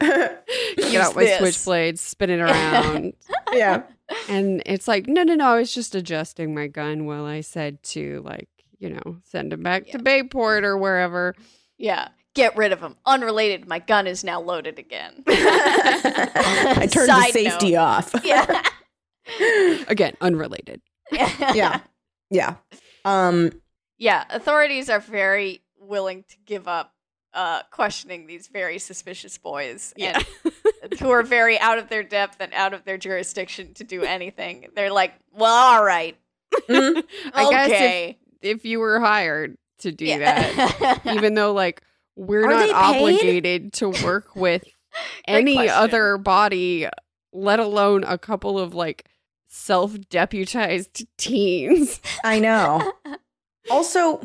[SPEAKER 3] Get
[SPEAKER 4] use
[SPEAKER 3] out my
[SPEAKER 4] this.
[SPEAKER 3] switchblade, spin it around,
[SPEAKER 2] yeah.
[SPEAKER 3] and it's like, no, no, no. I was just adjusting my gun while I said to, like, you know, send him back to Bayport or wherever.
[SPEAKER 4] Yeah. Get rid of them. Unrelated. My gun is now loaded again.
[SPEAKER 2] I turned
[SPEAKER 4] Side
[SPEAKER 2] the safety
[SPEAKER 4] note.
[SPEAKER 2] off.
[SPEAKER 4] Yeah.
[SPEAKER 3] Again, unrelated.
[SPEAKER 2] yeah. Yeah. Um
[SPEAKER 4] Yeah, authorities are very willing to give up uh, questioning these very suspicious boys
[SPEAKER 3] Yeah.
[SPEAKER 4] and who are very out of their depth and out of their jurisdiction to do anything. They're like, well, all right.
[SPEAKER 2] mm,
[SPEAKER 3] I guess if-
[SPEAKER 4] okay.
[SPEAKER 3] If you were hired to do that,
[SPEAKER 4] yeah.
[SPEAKER 3] even though like we're
[SPEAKER 2] Are
[SPEAKER 3] not
[SPEAKER 2] they paid?
[SPEAKER 3] obligated to work with any
[SPEAKER 4] question.
[SPEAKER 3] other body let alone a couple of like self-deputized teens
[SPEAKER 2] I know. Also,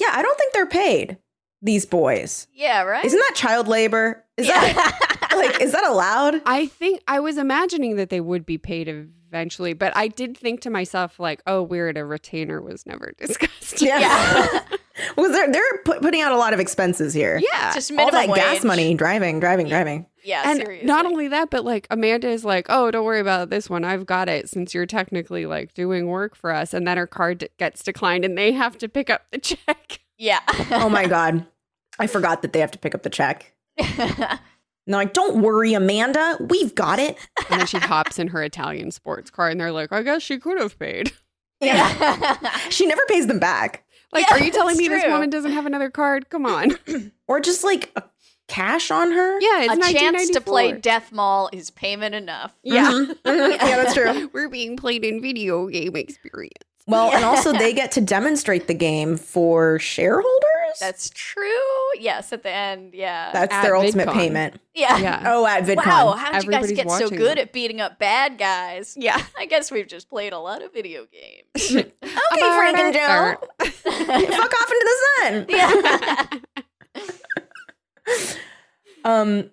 [SPEAKER 2] yeah, I don't think they're paid, these boys.
[SPEAKER 4] yeah, right?
[SPEAKER 2] Isn't that child labor? Is that like is that allowed?
[SPEAKER 3] i think i was imagining that they would be paid eventually but i did think to myself like oh weird a retainer was never discussed
[SPEAKER 4] yeah.
[SPEAKER 2] Well, they're they're put, putting out a lot of expenses here.
[SPEAKER 3] yeah
[SPEAKER 4] Just
[SPEAKER 2] All
[SPEAKER 4] minimum
[SPEAKER 2] that gas
[SPEAKER 4] wage.
[SPEAKER 2] money, driving, driving, driving.
[SPEAKER 4] Yeah,
[SPEAKER 3] and
[SPEAKER 4] seriously.
[SPEAKER 3] not only that but like amanda is like oh don't worry about this one i've got it since you're technically like doing work for us and then her card gets declined and they have to pick up the check
[SPEAKER 4] Yeah.
[SPEAKER 2] Oh my god, I forgot that they have to pick up the check. And they're like, "Don't worry, Amanda, we've got it."
[SPEAKER 3] And then she hops in her Italian sports car, and they're like, I guess she could have paid.
[SPEAKER 4] yeah.
[SPEAKER 2] She never pays them back,
[SPEAKER 3] Like,
[SPEAKER 4] Yeah,
[SPEAKER 3] are you telling
[SPEAKER 4] that's
[SPEAKER 3] me this
[SPEAKER 4] true.
[SPEAKER 3] woman doesn't have another card? Come on.
[SPEAKER 2] or just like a cash on her.
[SPEAKER 3] Yeah, it's
[SPEAKER 4] A chance to play
[SPEAKER 3] 1994.
[SPEAKER 4] Death Mall is payment enough.
[SPEAKER 3] Yeah.
[SPEAKER 2] Mhm. Mhm. yeah, that's true.
[SPEAKER 3] We're being played in video game experience.
[SPEAKER 2] Well, and also they get to demonstrate the game for shareholders.
[SPEAKER 4] That's true. Yes, at the end. Yeah.
[SPEAKER 2] That's
[SPEAKER 3] At
[SPEAKER 2] their ultimate
[SPEAKER 3] VidCon.
[SPEAKER 2] payment.
[SPEAKER 4] yeah.
[SPEAKER 3] Yeah.
[SPEAKER 2] Oh, at VidCon.
[SPEAKER 4] Wow, how did you guys
[SPEAKER 3] Everybody's
[SPEAKER 4] get so
[SPEAKER 3] watching
[SPEAKER 4] good
[SPEAKER 3] them.
[SPEAKER 4] at beating up bad guys?
[SPEAKER 3] Yeah.
[SPEAKER 4] I guess we've just played a lot of video games.
[SPEAKER 2] Okay, Frank and Joe, fuck off into the sun.
[SPEAKER 4] yeah.
[SPEAKER 2] Um,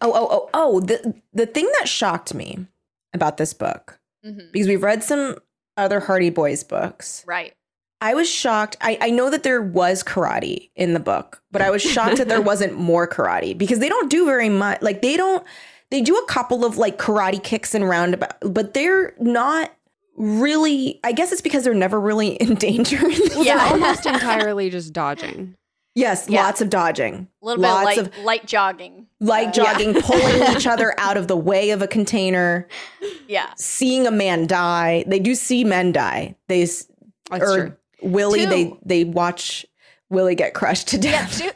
[SPEAKER 2] oh, oh, oh, oh. The the thing that shocked me about this book
[SPEAKER 4] Mhm.
[SPEAKER 2] because we've read some other Hardy Boys books.
[SPEAKER 4] Right.
[SPEAKER 2] I was shocked. I, I know that there was karate in the book, but I was shocked that there wasn't more karate because they don't do very much. Like they don't they do a couple of like karate kicks and roundabout, but they're not really I guess it's because they're never really in danger. in this
[SPEAKER 4] Yeah.
[SPEAKER 2] book.
[SPEAKER 3] Almost entirely just dodging.
[SPEAKER 2] Yes,
[SPEAKER 4] Yeah.
[SPEAKER 2] lots of dodging.
[SPEAKER 4] A little
[SPEAKER 2] lots of
[SPEAKER 4] bit of light, light jogging.
[SPEAKER 2] light
[SPEAKER 4] Yeah.
[SPEAKER 2] jogging, pulling each other out of the way of a container,
[SPEAKER 4] Yeah.
[SPEAKER 2] seeing a man die. They do see men die. They s-
[SPEAKER 3] That's
[SPEAKER 2] or
[SPEAKER 3] true.
[SPEAKER 2] Willie, they
[SPEAKER 4] Two.
[SPEAKER 2] they watch Willie get crushed to
[SPEAKER 4] Yeah.
[SPEAKER 2] death.
[SPEAKER 4] Two,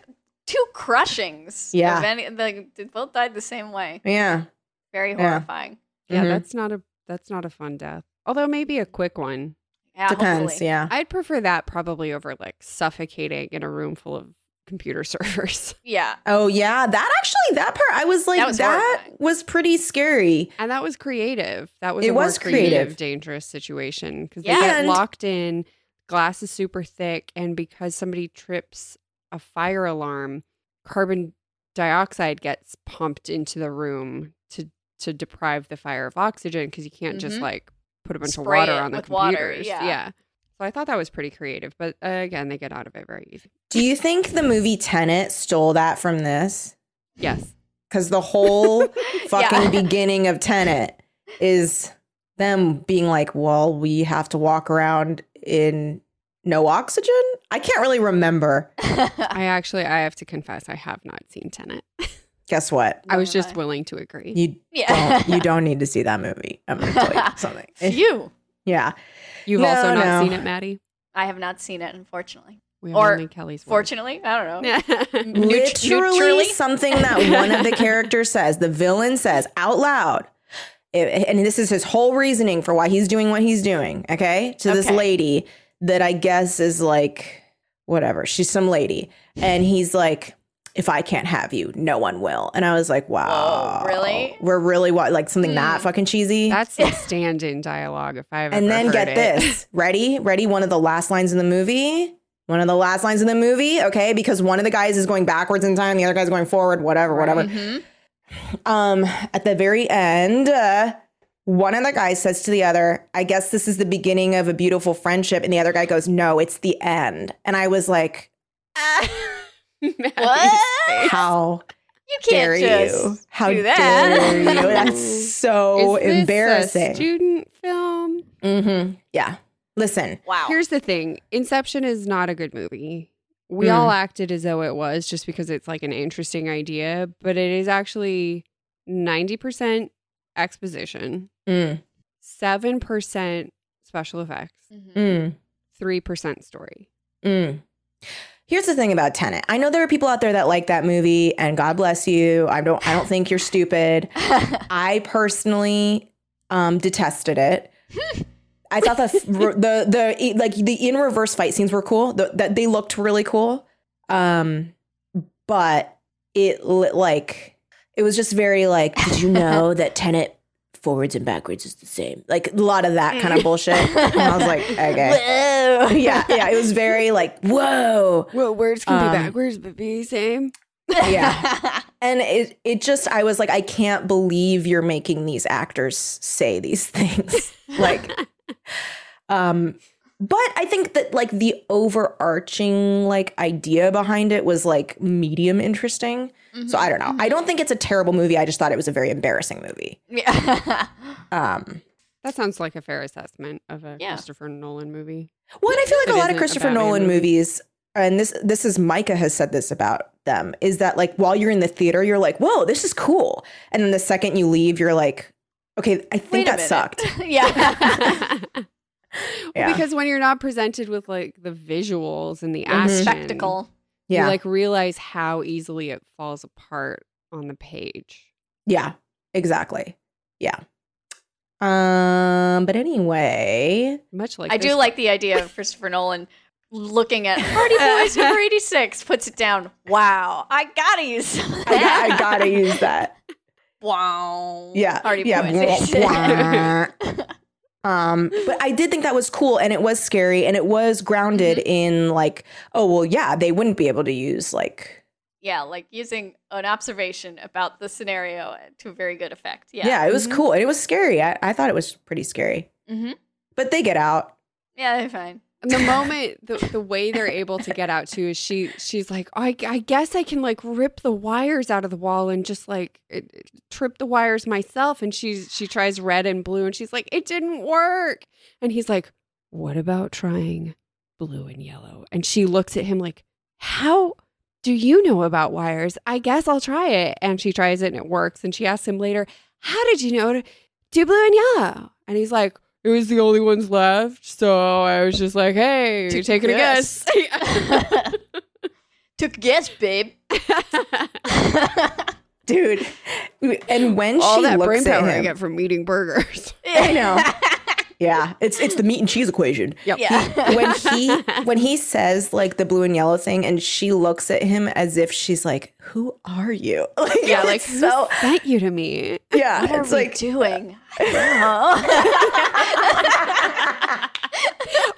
[SPEAKER 4] two crushings.
[SPEAKER 2] Yeah.
[SPEAKER 4] Of any, they, they both died the same way.
[SPEAKER 2] Yeah.
[SPEAKER 4] Very
[SPEAKER 2] Yeah.
[SPEAKER 4] horrifying.
[SPEAKER 3] Yeah,
[SPEAKER 2] Mhm.
[SPEAKER 3] that's not a that's not a fun death. Although maybe a quick one.
[SPEAKER 4] Yeah.
[SPEAKER 2] Depends,
[SPEAKER 4] hopefully.
[SPEAKER 2] yeah.
[SPEAKER 3] I'd prefer that probably over like suffocating in a room full of computer servers.
[SPEAKER 4] Yeah.
[SPEAKER 2] Oh yeah, that actually that part I was like
[SPEAKER 4] That
[SPEAKER 2] that
[SPEAKER 4] was
[SPEAKER 2] was,
[SPEAKER 4] horrifying.
[SPEAKER 2] pretty scary.
[SPEAKER 3] And that was creative. That was
[SPEAKER 2] It
[SPEAKER 3] a more
[SPEAKER 2] was
[SPEAKER 3] creative,
[SPEAKER 2] creative.
[SPEAKER 3] dangerous situation because they
[SPEAKER 4] Yeah.
[SPEAKER 3] get
[SPEAKER 2] And-
[SPEAKER 3] locked in. Glass is super thick, and because somebody trips a fire alarm, carbon dioxide gets pumped into the room to to deprive the fire of oxygen because you can't just
[SPEAKER 4] Mhm.
[SPEAKER 3] like put a bunch
[SPEAKER 4] Spray
[SPEAKER 3] of water
[SPEAKER 4] it
[SPEAKER 3] on the
[SPEAKER 4] with water,
[SPEAKER 3] computers.
[SPEAKER 4] yeah.
[SPEAKER 3] So I thought that was pretty creative, but uh, again, they get out of it very easy.
[SPEAKER 2] Do you think the movie Tenet stole that from this?
[SPEAKER 3] Yes.
[SPEAKER 2] because the whole fucking
[SPEAKER 4] Yeah.
[SPEAKER 2] beginning of Tenet is them being like, "Well, we have to walk around in no oxygen." I can't really remember.
[SPEAKER 3] I actually, I have to confess, I have not seen Tenet.
[SPEAKER 2] Guess what?
[SPEAKER 3] I was
[SPEAKER 4] Nor
[SPEAKER 3] just
[SPEAKER 4] have
[SPEAKER 3] willing to agree.
[SPEAKER 2] You
[SPEAKER 4] Yeah.
[SPEAKER 2] don't. You don't need to see that movie. I'm gonna tell you something. If-
[SPEAKER 4] Phew.
[SPEAKER 2] yeah,
[SPEAKER 3] You've
[SPEAKER 2] No,
[SPEAKER 3] also not
[SPEAKER 2] no.
[SPEAKER 3] seen it, Maddie.
[SPEAKER 4] I have not seen it, unfortunately.
[SPEAKER 3] We
[SPEAKER 4] Or
[SPEAKER 3] only Kelly's one.
[SPEAKER 4] Fortunately, I don't know. Neut-
[SPEAKER 2] literally
[SPEAKER 4] neutrally?
[SPEAKER 2] something that one of the characters says. The villain says out loud. It- and this is his whole reasoning for why he's doing what he's doing. Okay, to this
[SPEAKER 4] Okay.
[SPEAKER 2] lady that I guess is like whatever. She's some lady, and he's like, "If I can't have you, no one will." And I was like, "Wow,
[SPEAKER 4] really?
[SPEAKER 2] We're really what like something that
[SPEAKER 4] Hmm.
[SPEAKER 2] fucking cheesy."
[SPEAKER 3] That's some stand-in dialogue, if I've
[SPEAKER 2] and
[SPEAKER 3] ever
[SPEAKER 2] then
[SPEAKER 3] heard
[SPEAKER 2] get
[SPEAKER 3] it.
[SPEAKER 2] this ready ready one of the last lines in the movie one of the last lines in the movie okay because one of the guys is going backwards in time the other guy's going forward whatever whatever
[SPEAKER 4] Mhm.
[SPEAKER 2] um at the very end uh, one of the guys says to the other i guess this is the beginning of a beautiful friendship and the other guy goes no it's the end and i was like
[SPEAKER 3] Maddie's
[SPEAKER 4] What?
[SPEAKER 2] how
[SPEAKER 4] You
[SPEAKER 2] dare
[SPEAKER 4] can't just
[SPEAKER 2] you how
[SPEAKER 4] do that.
[SPEAKER 2] dare you that's so
[SPEAKER 3] Is this a
[SPEAKER 2] embarrassing
[SPEAKER 3] student film.
[SPEAKER 2] hmm yeah listen
[SPEAKER 4] Wow.
[SPEAKER 3] Here's the thing: Inception is not a good movie. We
[SPEAKER 2] Hmm.
[SPEAKER 3] all acted as though it was, just because it's like an interesting idea, but it is actually ninety percent exposition,
[SPEAKER 2] mm,
[SPEAKER 3] seven percent special effects,
[SPEAKER 4] Mhm.
[SPEAKER 2] mm.
[SPEAKER 3] three percent story.
[SPEAKER 2] Mm. Here's the thing about Tenet. I know there are people out there that like that movie, and God bless you. I don't. I don't think you're stupid. I personally um, detested it. I thought the the the like the in reverse fight scenes were cool. The, that they looked really cool. Um, but it li- like it was just very like. Did you know that Tenet forwards and backwards is the same? Like a lot of that kind of bullshit. And I was like, okay
[SPEAKER 4] Whoa.
[SPEAKER 2] yeah, yeah. It was very like, whoa.
[SPEAKER 3] Well, words
[SPEAKER 2] can be
[SPEAKER 3] backwards, but be the same.
[SPEAKER 2] Yeah. And it it just I was like, I can't believe you're making these actors say these things. like um but I think that like the overarching like idea behind it was like medium interesting. So I don't
[SPEAKER 4] Mm-hmm.
[SPEAKER 2] know. I don't think it's a terrible movie. I just thought it was a very embarrassing movie.
[SPEAKER 4] Yeah.
[SPEAKER 2] Um
[SPEAKER 3] That sounds like a fair assessment of a
[SPEAKER 4] Yeah.
[SPEAKER 3] Christopher Nolan movie.
[SPEAKER 2] Well, and I feel
[SPEAKER 3] It
[SPEAKER 2] like a lot
[SPEAKER 3] isn't
[SPEAKER 2] of
[SPEAKER 3] a
[SPEAKER 2] Christopher
[SPEAKER 3] Batman
[SPEAKER 2] Nolan
[SPEAKER 3] movie.
[SPEAKER 2] movies, and this this is Micah has said this about them, is that like while you're in the theater, you're like, whoa, this is cool. And then the second you leave, you're like, okay, I think
[SPEAKER 4] Wait
[SPEAKER 2] that
[SPEAKER 4] a minute.
[SPEAKER 2] sucked.
[SPEAKER 4] yeah.
[SPEAKER 3] Well,
[SPEAKER 2] Yeah.
[SPEAKER 3] Because when you're not presented with like the visuals and the action,
[SPEAKER 4] Mm-hmm. Spectacle.
[SPEAKER 2] Yeah.
[SPEAKER 3] you like realize how easily it falls apart on the page.
[SPEAKER 2] yeah. Exactly. Yeah. Um, but anyway.
[SPEAKER 3] Much like
[SPEAKER 4] I do
[SPEAKER 3] this-
[SPEAKER 4] like the idea of Christopher Nolan looking at Party Boys number 86, puts it down. Wow. I gotta use
[SPEAKER 2] I,
[SPEAKER 4] that.
[SPEAKER 2] got, I gotta use that.
[SPEAKER 4] Wow.
[SPEAKER 2] Yeah.
[SPEAKER 4] Party
[SPEAKER 2] yeah.
[SPEAKER 4] Boys 86.
[SPEAKER 2] um, but I did think that was cool and it was scary and it was grounded in like, oh well, yeah, they wouldn't be able to use like
[SPEAKER 4] yeah, like using an observation about the scenario to very good effect. Yeah.
[SPEAKER 2] Yeah, it was
[SPEAKER 3] Mhm.
[SPEAKER 2] cool. And it was scary. I, I thought it was pretty scary.
[SPEAKER 4] Mm-hmm.
[SPEAKER 2] But they get out.
[SPEAKER 4] Yeah, they're fine.
[SPEAKER 3] And the moment the, the way they're able to get out too is she she's like oh, I, I guess I can like rip the wires out of the wall and just like it, it- trip the wires myself and she's she tries red and blue and she's like it didn't work and he's like what about trying blue and yellow and she looks at him like how do you know about wires I guess I'll try it and she tries it and it works and she asks him later how did you know to do blue and yellow and he's like it was the only ones left. So I was just like, hey,
[SPEAKER 4] Took a
[SPEAKER 3] taking
[SPEAKER 4] guess.
[SPEAKER 3] a guess.
[SPEAKER 4] Took a guess, babe.
[SPEAKER 2] Dude. And when
[SPEAKER 3] All
[SPEAKER 2] she
[SPEAKER 3] that
[SPEAKER 2] looks
[SPEAKER 3] brain
[SPEAKER 2] at
[SPEAKER 3] power I
[SPEAKER 2] him-
[SPEAKER 3] get from eating burgers.
[SPEAKER 2] I know. yeah. It's it's the meat and cheese equation.
[SPEAKER 3] Yep.
[SPEAKER 4] Yeah.
[SPEAKER 2] When he when he says like the blue and yellow thing and she looks at him as if she's like, Who are you? Like,
[SPEAKER 3] Yeah, like
[SPEAKER 2] it's
[SPEAKER 3] who
[SPEAKER 4] Oh.
[SPEAKER 2] so
[SPEAKER 3] sent you to me?
[SPEAKER 2] Yeah.
[SPEAKER 4] What
[SPEAKER 2] it's
[SPEAKER 4] are
[SPEAKER 2] like
[SPEAKER 4] we doing? I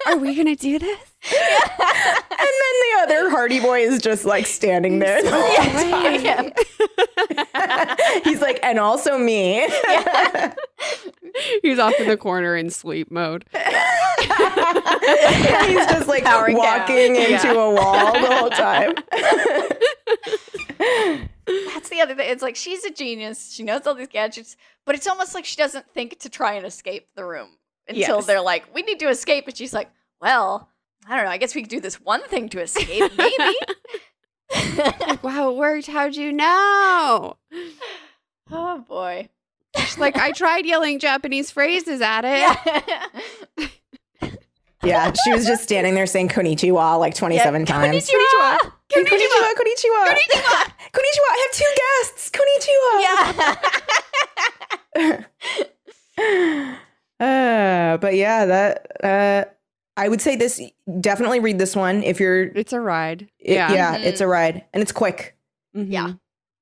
[SPEAKER 3] Are we gonna do this?
[SPEAKER 2] and then the other Hardy boy is just like standing there.
[SPEAKER 4] don't know.
[SPEAKER 2] He's like, and also me.
[SPEAKER 3] He's off in the corner in sleep mode.
[SPEAKER 2] And he's just like
[SPEAKER 4] Powering down.
[SPEAKER 2] walking into
[SPEAKER 3] Yeah.
[SPEAKER 2] a wall the whole time.
[SPEAKER 4] That's that's the other thing. It's like she's a genius. She knows all these gadgets, but it's almost like she doesn't think to try and escape the room until
[SPEAKER 2] Yes.
[SPEAKER 4] they're like, "We need to escape," and she's like, "Well, I don't know. I guess we could do this one thing to escape, maybe."
[SPEAKER 3] Like, wow, it worked. How'd you know?
[SPEAKER 4] oh boy.
[SPEAKER 3] She's like, I tried yelling Japanese phrases at it.
[SPEAKER 2] Yeah, she was just standing there saying konnichiwa like 27 times.
[SPEAKER 4] Konnichiwa.
[SPEAKER 2] Konnichiwa, konnichiwa. Konnichiwa. konnichiwa. I have two guests. Konnichiwa.
[SPEAKER 4] Yeah.
[SPEAKER 2] uh, but yeah, that uh, I would say this definitely read this one if you're it-
[SPEAKER 3] It's a ride.
[SPEAKER 2] yeah,
[SPEAKER 4] Mhm.
[SPEAKER 2] it's a ride and it's quick.
[SPEAKER 3] Mhm.
[SPEAKER 4] Yeah.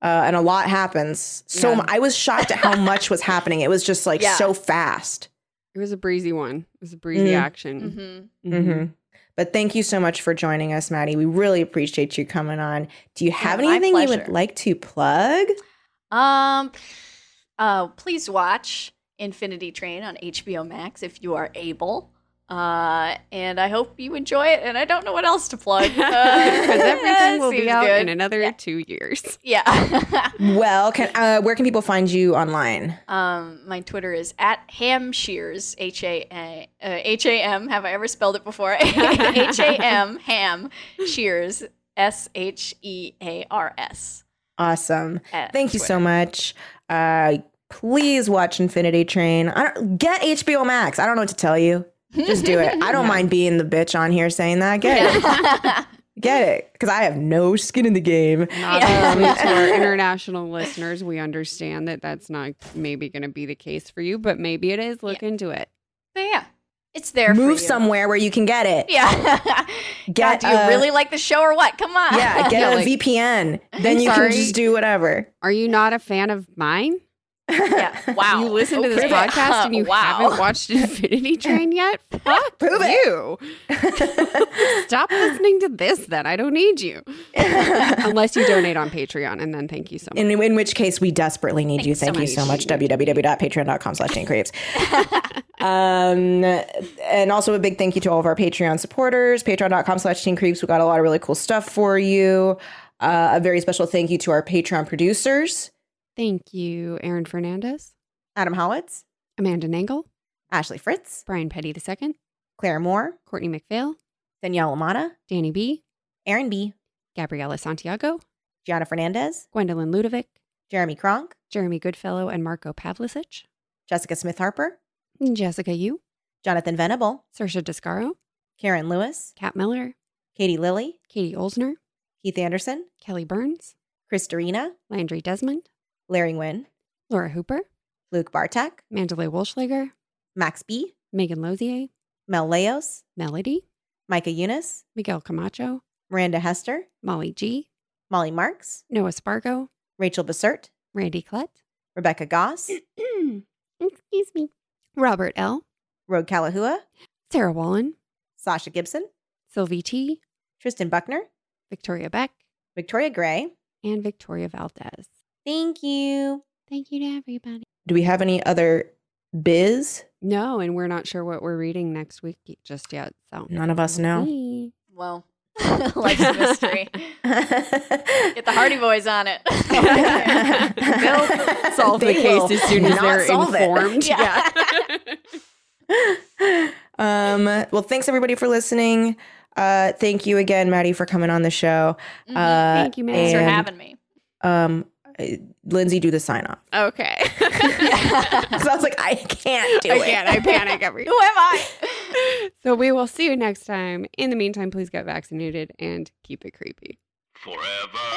[SPEAKER 2] Uh, and a lot happens. So
[SPEAKER 3] Yeah.
[SPEAKER 2] mu- I was shocked at how much was happening. It was just like
[SPEAKER 4] Yeah.
[SPEAKER 2] so fast.
[SPEAKER 3] It was a breezy one. It was a breezy
[SPEAKER 2] Mm.
[SPEAKER 3] action.
[SPEAKER 4] hmm
[SPEAKER 3] Mhm.
[SPEAKER 2] Mhm. But thank you so much for joining us, Maddie. We really appreciate you coming on. Do you have
[SPEAKER 4] my
[SPEAKER 2] anything you would
[SPEAKER 4] pleasure.
[SPEAKER 2] like to plug?
[SPEAKER 4] Um, uh, please watch Infinity Train on HBO Max if you are able. Uh, and I hope you enjoy it. And I don't know what else to plug. Uh,
[SPEAKER 3] Because uh, everything will be
[SPEAKER 4] seems
[SPEAKER 3] out
[SPEAKER 4] good.
[SPEAKER 3] in another
[SPEAKER 4] Yeah.
[SPEAKER 3] two years.
[SPEAKER 4] yeah.
[SPEAKER 2] Well, can uh, where can people find you online?
[SPEAKER 4] um, my Twitter is at Ham Shears H A A- uh, H A M. Have I ever spelled it before? H A M Ham Shears S H E A R S.
[SPEAKER 2] Awesome.
[SPEAKER 4] at
[SPEAKER 2] Thank you
[SPEAKER 4] Twitter.
[SPEAKER 2] so much. Uh, please watch Infinity Train. I don't get HBO Max. I don't know what to tell you. Just do it. I don't
[SPEAKER 3] Yeah.
[SPEAKER 2] mind being the bitch on here saying that. Get it.
[SPEAKER 4] Yeah.
[SPEAKER 2] Get it. Because I have no skin in the game.
[SPEAKER 3] And
[SPEAKER 4] Yeah.
[SPEAKER 3] obviously, to our
[SPEAKER 2] Um,
[SPEAKER 3] international listeners, we understand that that's not maybe going to be the case for you, but maybe it is. Look into it.
[SPEAKER 4] But yeah, it's there. for
[SPEAKER 2] Move
[SPEAKER 4] you.
[SPEAKER 2] somewhere where you can get it.
[SPEAKER 4] Yeah.
[SPEAKER 2] Get
[SPEAKER 4] God, do you
[SPEAKER 2] a-
[SPEAKER 4] really like the show or what? Come on.
[SPEAKER 2] Yeah, get
[SPEAKER 3] Yeah,
[SPEAKER 2] a
[SPEAKER 3] like-
[SPEAKER 2] VPN. Then you
[SPEAKER 3] Sorry.
[SPEAKER 2] can just do whatever.
[SPEAKER 3] Are you not a fan of mine?
[SPEAKER 4] Yeah. Wow.
[SPEAKER 3] You listen to this
[SPEAKER 4] Okay. Uh,
[SPEAKER 3] podcast and you
[SPEAKER 4] Wow.
[SPEAKER 3] haven't watched Infinity Train yet? Fuck
[SPEAKER 2] Prove it.
[SPEAKER 3] you. Stop listening to this then. I don't need you. Unless you donate on Patreon and then thank you so much.
[SPEAKER 2] in, in which case, we desperately need
[SPEAKER 4] Thank
[SPEAKER 2] you.
[SPEAKER 4] you so
[SPEAKER 2] Thank you so
[SPEAKER 4] much.
[SPEAKER 2] much. www.patreon.com slash Jane Craves. um, and also a big thank you to all of our Patreon supporters. Patreon.com slash Teen Creeps. We got a lot of really cool stuff for you. Uh, a very special thank you to our Patreon producers,
[SPEAKER 3] Thank you, Aaron Fernandez,
[SPEAKER 2] Adam Howitz,
[SPEAKER 3] Amanda Nangle,
[SPEAKER 2] Ashley Fritz,
[SPEAKER 3] Brian Petty II,
[SPEAKER 2] Claire Moore,
[SPEAKER 3] Courtney McPhail,
[SPEAKER 2] Danielle Lamata,
[SPEAKER 3] Danny B,
[SPEAKER 2] Aaron B.,
[SPEAKER 3] Gabriela Santiago,
[SPEAKER 2] Gianna Fernandez,
[SPEAKER 3] Gwendolyn Ludovic,
[SPEAKER 2] Jeremy Kronk,
[SPEAKER 3] Jeremy Goodfellow and Marco Pavlicic,
[SPEAKER 2] Jessica Smith Harper,
[SPEAKER 3] Jessica Yu,
[SPEAKER 2] Jonathan Venable,
[SPEAKER 3] Sersha Descaro,
[SPEAKER 2] Karen Lewis,
[SPEAKER 3] Kat Miller,
[SPEAKER 2] Katie Lilly,
[SPEAKER 3] Katie Olsner,
[SPEAKER 2] Keith Anderson,
[SPEAKER 3] Kelly Burns,
[SPEAKER 2] Christorina,
[SPEAKER 3] Landry Desmond,
[SPEAKER 2] Larry Nguyen,
[SPEAKER 3] Laura Hooper,
[SPEAKER 2] Luke Bartek,
[SPEAKER 3] Mandalay Wolschlager,
[SPEAKER 2] Max B.,
[SPEAKER 3] Megan Lozier,
[SPEAKER 2] Mel Leos,
[SPEAKER 3] Melody,
[SPEAKER 2] Micah Eunice,
[SPEAKER 3] Miguel Camacho,
[SPEAKER 2] Miranda Hester,
[SPEAKER 3] Molly G,
[SPEAKER 2] Molly Marks,
[SPEAKER 3] Noah Spargo,
[SPEAKER 2] Rachel Bessert,
[SPEAKER 3] Randy Klett,
[SPEAKER 2] Rebecca Goss,
[SPEAKER 3] excuse me, Robert L,
[SPEAKER 2] Rogue Kalahua,
[SPEAKER 3] Sarah Wallen,
[SPEAKER 2] Sasha Gibson,
[SPEAKER 3] Sylvie T,
[SPEAKER 2] Tristan Buckner,
[SPEAKER 3] Victoria Beck,
[SPEAKER 2] Victoria Gray.
[SPEAKER 3] and Victoria Valdez.
[SPEAKER 2] Thank you.
[SPEAKER 3] Thank you to everybody.
[SPEAKER 2] Do we have any other biz?
[SPEAKER 3] No, and we're not sure what we're reading next week just yet. So
[SPEAKER 2] None of us know.
[SPEAKER 3] Hey.
[SPEAKER 4] Well, life's a mystery. Get the Hardy Boys on it.
[SPEAKER 3] They'll solve
[SPEAKER 2] They
[SPEAKER 3] the case
[SPEAKER 2] will
[SPEAKER 3] as soon as
[SPEAKER 2] not
[SPEAKER 3] they're
[SPEAKER 2] solve it.
[SPEAKER 3] informed.
[SPEAKER 4] Yeah.
[SPEAKER 2] um, well, thanks everybody for listening. Uh, thank you again, Maddie, for coming on the show.
[SPEAKER 4] Mhm.
[SPEAKER 2] Uh,
[SPEAKER 3] Mm-hmm. Thank you, Maddie.
[SPEAKER 4] Thanks for
[SPEAKER 2] and,
[SPEAKER 4] having me.
[SPEAKER 2] Um, uh, Lindsay, do the sign off.
[SPEAKER 3] Okay.
[SPEAKER 2] Because I was like, I can't do
[SPEAKER 3] I
[SPEAKER 2] it.
[SPEAKER 3] can't. I panic every
[SPEAKER 4] Who am I?
[SPEAKER 3] So we will see you next time. In the meantime, please get vaccinated and keep it creepy.
[SPEAKER 1] Forever.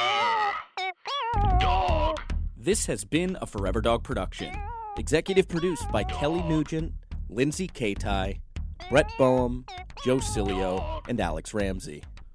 [SPEAKER 1] Dog.
[SPEAKER 5] This has been a Forever Dog production. Executive produced by Kelly Nugent, Lindsay Katai, Brett Boehm, Joe Cilio, and Alex Ramsey.